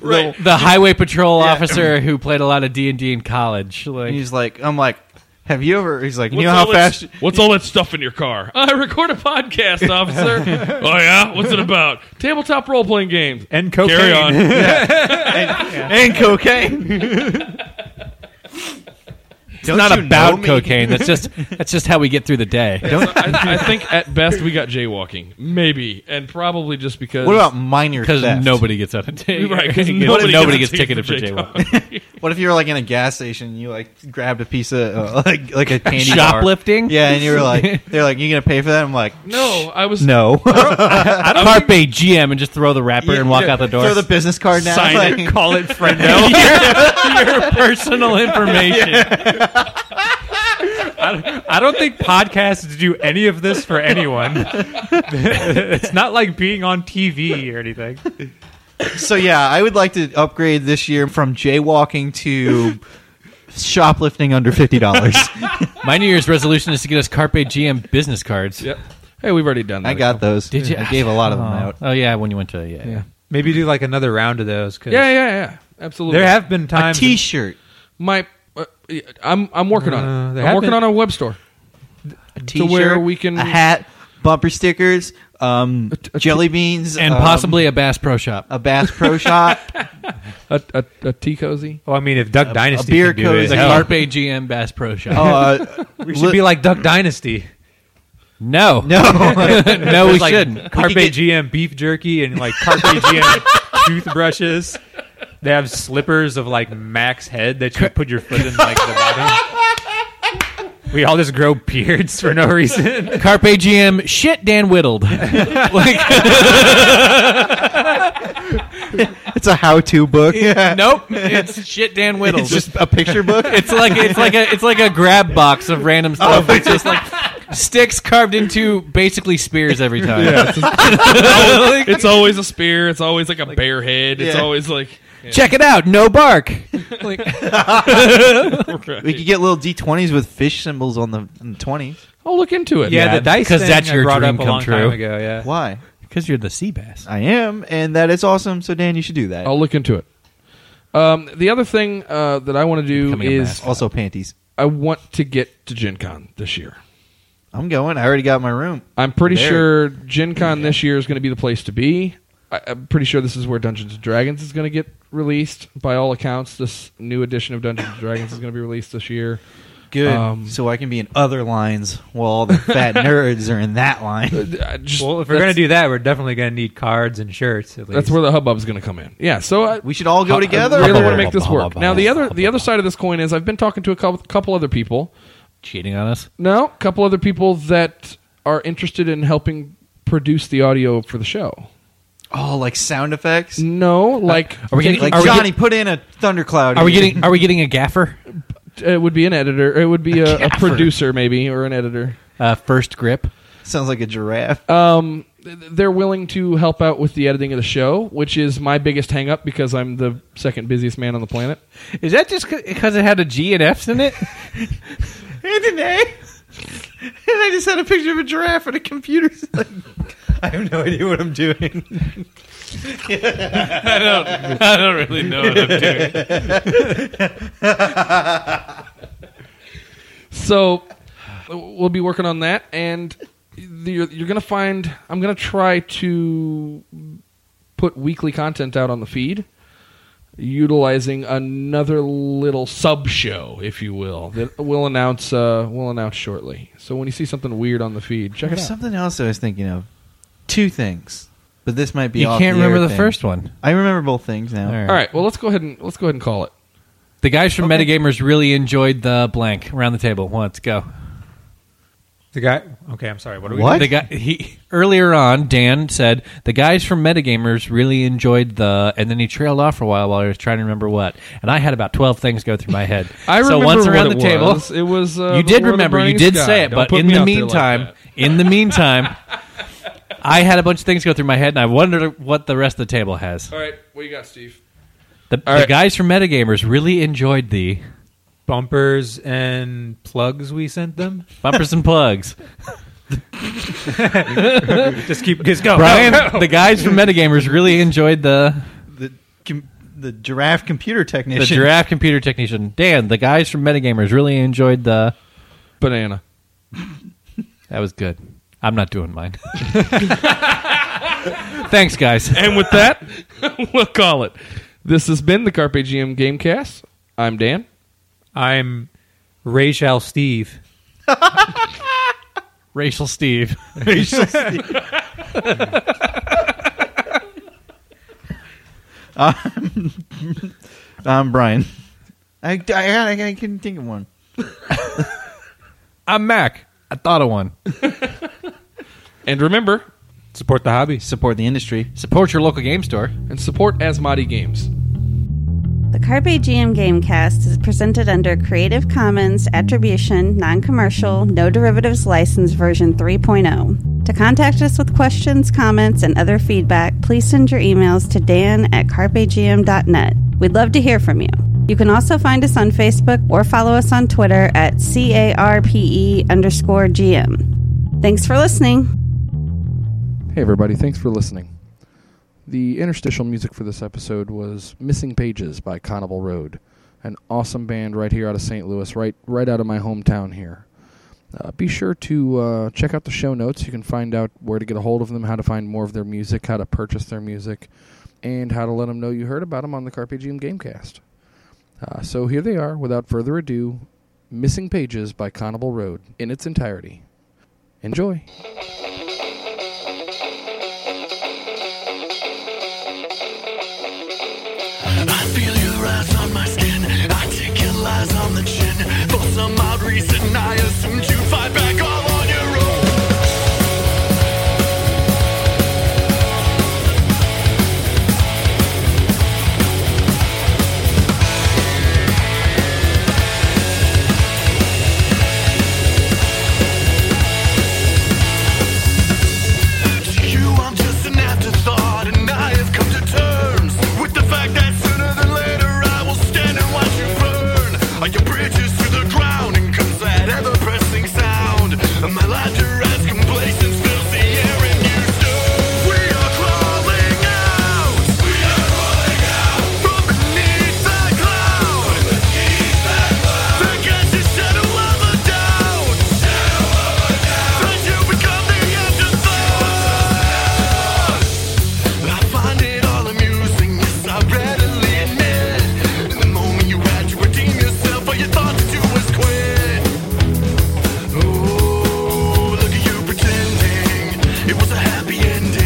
[SPEAKER 3] Right.
[SPEAKER 5] the highway patrol officer who played a lot of D and D in college,
[SPEAKER 4] And
[SPEAKER 5] like
[SPEAKER 4] he's like, I'm like, have you ever? He's like, you
[SPEAKER 3] What's
[SPEAKER 4] know
[SPEAKER 3] all
[SPEAKER 4] how
[SPEAKER 3] that-
[SPEAKER 4] fast?
[SPEAKER 3] What's all that stuff in your car? I record a podcast, officer. oh yeah, what's it about? Tabletop role playing games.
[SPEAKER 6] and cocaine.
[SPEAKER 3] Carry on.
[SPEAKER 4] And cocaine.
[SPEAKER 5] it's not about cocaine. That's just that's just how we get through the day.
[SPEAKER 3] I, I think at best we got jaywalking, maybe, and probably just because.
[SPEAKER 4] What about minor
[SPEAKER 5] Because
[SPEAKER 4] theft?
[SPEAKER 5] nobody gets up and ticket.
[SPEAKER 3] Right, because
[SPEAKER 5] nobody,
[SPEAKER 3] nobody,
[SPEAKER 5] gets ticketed for jaywalking.
[SPEAKER 4] What if you were like in a gas station and you like grabbed a piece of uh, like like a candy bar?
[SPEAKER 5] Shoplifting.
[SPEAKER 4] Yeah, and you were like, they're like, you gonna pay for that? I'm like,
[SPEAKER 3] No, I was
[SPEAKER 4] no.
[SPEAKER 5] I don't Carpe GM and just throw the wrapper and walk out the door.
[SPEAKER 4] Throw the business card now.
[SPEAKER 5] Sign
[SPEAKER 4] Like,
[SPEAKER 5] it. Call it Friendo. your, your personal information.
[SPEAKER 6] I don't think podcasts do any of this for anyone. it's not like being on TV or anything.
[SPEAKER 4] So yeah, I would like to upgrade this year from jaywalking to shoplifting under fifty dollars.
[SPEAKER 5] My New Year's resolution is to get us Carpe GM business cards.
[SPEAKER 3] Yep. Hey, we've already done that.
[SPEAKER 4] I got those.
[SPEAKER 5] Did you?
[SPEAKER 4] I gave a lot of them out.
[SPEAKER 5] Oh yeah, when you went to yeah.
[SPEAKER 3] Yeah.
[SPEAKER 6] Maybe do like another round of those. Cause
[SPEAKER 3] Yeah, yeah, yeah. Absolutely.
[SPEAKER 6] There have been
[SPEAKER 4] A
[SPEAKER 6] times.
[SPEAKER 4] T-shirt.
[SPEAKER 3] my. Uh, I'm I'm working
[SPEAKER 6] Uh,
[SPEAKER 3] on it.
[SPEAKER 6] there
[SPEAKER 3] I'm
[SPEAKER 6] have
[SPEAKER 3] working
[SPEAKER 6] been-
[SPEAKER 3] on a web store.
[SPEAKER 4] A T-shirt.
[SPEAKER 3] where we can-
[SPEAKER 4] a hat, bumper stickers, um, jelly beans,
[SPEAKER 5] and
[SPEAKER 4] um, uh,
[SPEAKER 5] possibly a Bass Pro Shop.
[SPEAKER 4] a Bass Pro Shop,
[SPEAKER 3] A a, a tea cozy.
[SPEAKER 6] oh, I mean, if Duck Dynasty
[SPEAKER 4] beer
[SPEAKER 6] can do
[SPEAKER 4] cozy.
[SPEAKER 6] it,
[SPEAKER 5] the
[SPEAKER 6] hell,
[SPEAKER 5] Carpe GM Bass Pro Shop.
[SPEAKER 4] uh,
[SPEAKER 6] we should be like Duck Dynasty.
[SPEAKER 5] no, no, no, we shouldn't.
[SPEAKER 6] Carpe
[SPEAKER 4] get-
[SPEAKER 6] GM beef jerky and like Carpe GM toothbrushes. They have slippers of like Max head that you put your foot in like the bottom. We all just grow beards for no reason.
[SPEAKER 5] Carpe GM shit Dan whittled. like
[SPEAKER 4] it's a how-to book. Yeah.
[SPEAKER 5] nope, it's shit Dan whittled.
[SPEAKER 4] It's just a picture book.
[SPEAKER 5] It's like it's like a it's like a grab box of random stuff. it's just like sticks carved into basically spears every time.
[SPEAKER 3] It's always a spear. It's always like a bear head. It's
[SPEAKER 4] Yeah.
[SPEAKER 3] always like.
[SPEAKER 5] Check it out, no bark.
[SPEAKER 4] we
[SPEAKER 5] Like,
[SPEAKER 4] could get little D20s with fish symbols on the, on the 20s.
[SPEAKER 3] I'll look into it.
[SPEAKER 5] Yeah, the dice
[SPEAKER 6] Because
[SPEAKER 5] thing I brought up a long time
[SPEAKER 6] ago, yeah.
[SPEAKER 4] Why?
[SPEAKER 5] Because you're the sea bass.
[SPEAKER 4] I am, and that is awesome. So Dan, you should do that.
[SPEAKER 5] Oh,
[SPEAKER 3] I'll look into it. Um, the other thing uh, that I want to do
[SPEAKER 5] Becoming a
[SPEAKER 3] is
[SPEAKER 5] master.
[SPEAKER 4] also, panties.
[SPEAKER 3] I want to get to Gen Con this year.
[SPEAKER 4] I'm going. I already got my room.
[SPEAKER 3] I'm pretty
[SPEAKER 4] There.
[SPEAKER 3] sure Gen Con this year is going to be the place to be. I, I'm pretty sure this is where Dungeons and Dragons is going to get released. By all accounts, this new edition of Dungeons and Dragons is going to be released this year.
[SPEAKER 4] Good.
[SPEAKER 3] Um,
[SPEAKER 4] so I can be in other lines while all the fat nerds are in that line.
[SPEAKER 3] I just-
[SPEAKER 6] Well, if we're gonna do that, we're definitely gonna need cards and shirts. At least
[SPEAKER 3] that's where the hubbub's going to come in. Yeah, so I,
[SPEAKER 4] We should all
[SPEAKER 5] uh,
[SPEAKER 4] go together.
[SPEAKER 3] I really want to make this work. Now, the other the other side of this coin is I've been talking to a couple, couple other people.
[SPEAKER 5] Cheating on us.
[SPEAKER 3] No, a couple other people that are interested in helping produce the audio for the show.
[SPEAKER 4] oh, like sound effects.
[SPEAKER 3] No, like
[SPEAKER 5] Are we getting?
[SPEAKER 4] Like
[SPEAKER 5] are we
[SPEAKER 4] Johnny,
[SPEAKER 5] getting?
[SPEAKER 4] put in a thundercloud.
[SPEAKER 5] Are we
[SPEAKER 4] here.
[SPEAKER 5] getting? Are we getting a gaffer?
[SPEAKER 3] it would be an editor. It would be a, a
[SPEAKER 5] Gaffer.
[SPEAKER 3] producer, maybe, or an editor.
[SPEAKER 5] Uh, first grip.
[SPEAKER 4] Sounds like a giraffe.
[SPEAKER 5] Uh,
[SPEAKER 3] Um, th- they're willing to help out with the editing of the show, which is my biggest hang up because I'm the second busiest man on the planet.
[SPEAKER 5] Is that just because it had a G and F's in it?
[SPEAKER 4] Anthony,
[SPEAKER 5] eh?
[SPEAKER 4] and I just had a picture of a giraffe and a computer. Like, I have no idea what I'm doing.
[SPEAKER 5] I don't really know what I'm doing.
[SPEAKER 3] So we'll be working on that, and you're, you're going to find I'm going to try to put weekly content out on the feed, utilizing another little sub show, if you will, that we'll announce uh, we'll announce shortly. So when you see something weird on the feed, check it
[SPEAKER 4] There's
[SPEAKER 3] out.
[SPEAKER 4] something else I was thinking of. two things, but this might be.
[SPEAKER 5] You
[SPEAKER 4] off
[SPEAKER 5] can't
[SPEAKER 4] air
[SPEAKER 5] remember the
[SPEAKER 4] thing.
[SPEAKER 5] first one.
[SPEAKER 4] I remember both things now.
[SPEAKER 5] All
[SPEAKER 3] All right. Well, let's go ahead and let's go ahead and call it.
[SPEAKER 5] The guys from Metagamers really enjoyed the blank around the table. Well, let's go.
[SPEAKER 6] The guy. Okay, I'm sorry. What are we?
[SPEAKER 4] What?
[SPEAKER 5] The guy he earlier on, Dan said the guys from Metagamers really enjoyed the, and then he trailed off for a while while I was trying to remember what. And I had about twelve things go through my head.
[SPEAKER 3] I
[SPEAKER 5] so
[SPEAKER 3] remember
[SPEAKER 5] once
[SPEAKER 3] what
[SPEAKER 5] around
[SPEAKER 3] it
[SPEAKER 5] the table,
[SPEAKER 3] was. It was, uh, The
[SPEAKER 5] you did
[SPEAKER 3] Lord of the
[SPEAKER 5] remember, you
[SPEAKER 3] Burning
[SPEAKER 5] did
[SPEAKER 3] Sky.
[SPEAKER 5] say it,
[SPEAKER 3] Don't
[SPEAKER 5] but
[SPEAKER 3] put
[SPEAKER 5] in
[SPEAKER 3] me
[SPEAKER 5] the
[SPEAKER 3] out there like
[SPEAKER 5] meantime,
[SPEAKER 3] that.
[SPEAKER 5] in the meantime, I had a bunch of things go through my head, and I wonder what the rest of the table has.
[SPEAKER 3] All right. What you got, Steve?
[SPEAKER 5] The, the
[SPEAKER 3] All right.
[SPEAKER 5] guys from Metagamers really enjoyed the
[SPEAKER 6] Bumpers and plugs we sent them.
[SPEAKER 5] bumpers and plugs.
[SPEAKER 6] just keep. Just go.
[SPEAKER 5] Brian, the guys from Metagamers really enjoyed the
[SPEAKER 4] The com- the giraffe computer technician.
[SPEAKER 5] the giraffe computer technician. Dan, the guys from Metagamers really enjoyed the.
[SPEAKER 3] Banana.
[SPEAKER 5] That was good. I'm not doing mine. Thanks, guys.
[SPEAKER 3] And with that, we'll call it. This has been the Carpe GM Gamecast. I'm Dan.
[SPEAKER 6] I'm Rachel Steve.
[SPEAKER 5] Racial Steve.
[SPEAKER 4] Um, Brian. I, I, I, I couldn't think of one.
[SPEAKER 5] I'm Mac. I thought of one.
[SPEAKER 3] And remember,
[SPEAKER 6] Support the hobbies.
[SPEAKER 4] Support the industry.
[SPEAKER 5] Support your local game store.
[SPEAKER 3] and support Asmati Games.
[SPEAKER 8] The Carpe GM Gamecast is presented under Creative Commons Attribution, Non Commercial, No Derivatives License version 3.0. To contact us with questions, comments, and other feedback, please send your emails to dan at carpegm.net. We'd love to hear from you. You can also find us on Facebook or follow us on Twitter at CARPE E underscore GM. Thanks for listening.
[SPEAKER 3] Hey, everybody. Thanks for listening. The interstitial music for this episode was Missing Pages by Carnival Road, an awesome band right here out of St. Louis, right, right out of my hometown here. Uh, be sure to uh, check out the show notes. You can find out where to get a hold of them, how to find more of their music, how to purchase their music, and how to let them know you heard about them on the Carpe Diem Gamecast. Uh, so here they are, without further ado, Missing Pages by Carnival Road in its entirety. Enjoy.
[SPEAKER 7] I feel your eyes on my skin. I take your lies on the chin. For some odd reason, I assumed you fight back all on your own. To you, I'm just an afterthought, and I have come to terms with the fact that sooner than later I will stand and watch you burn. Are your bridges to the ground, and comes that ever-pressing sound? And my laughter as complacence fills the air, and you stir. We are crawling out. We are crawling out from beneath the cloud. Beneath the cloud, to catch the shadow of a doubt. Shadow of a doubt, as you become the afterthought. I find it all amusing, yes, I readily admit. The moment you had to redeem yourself, all you thought to do was quit. Oh, look at you pretending it was a happy ending.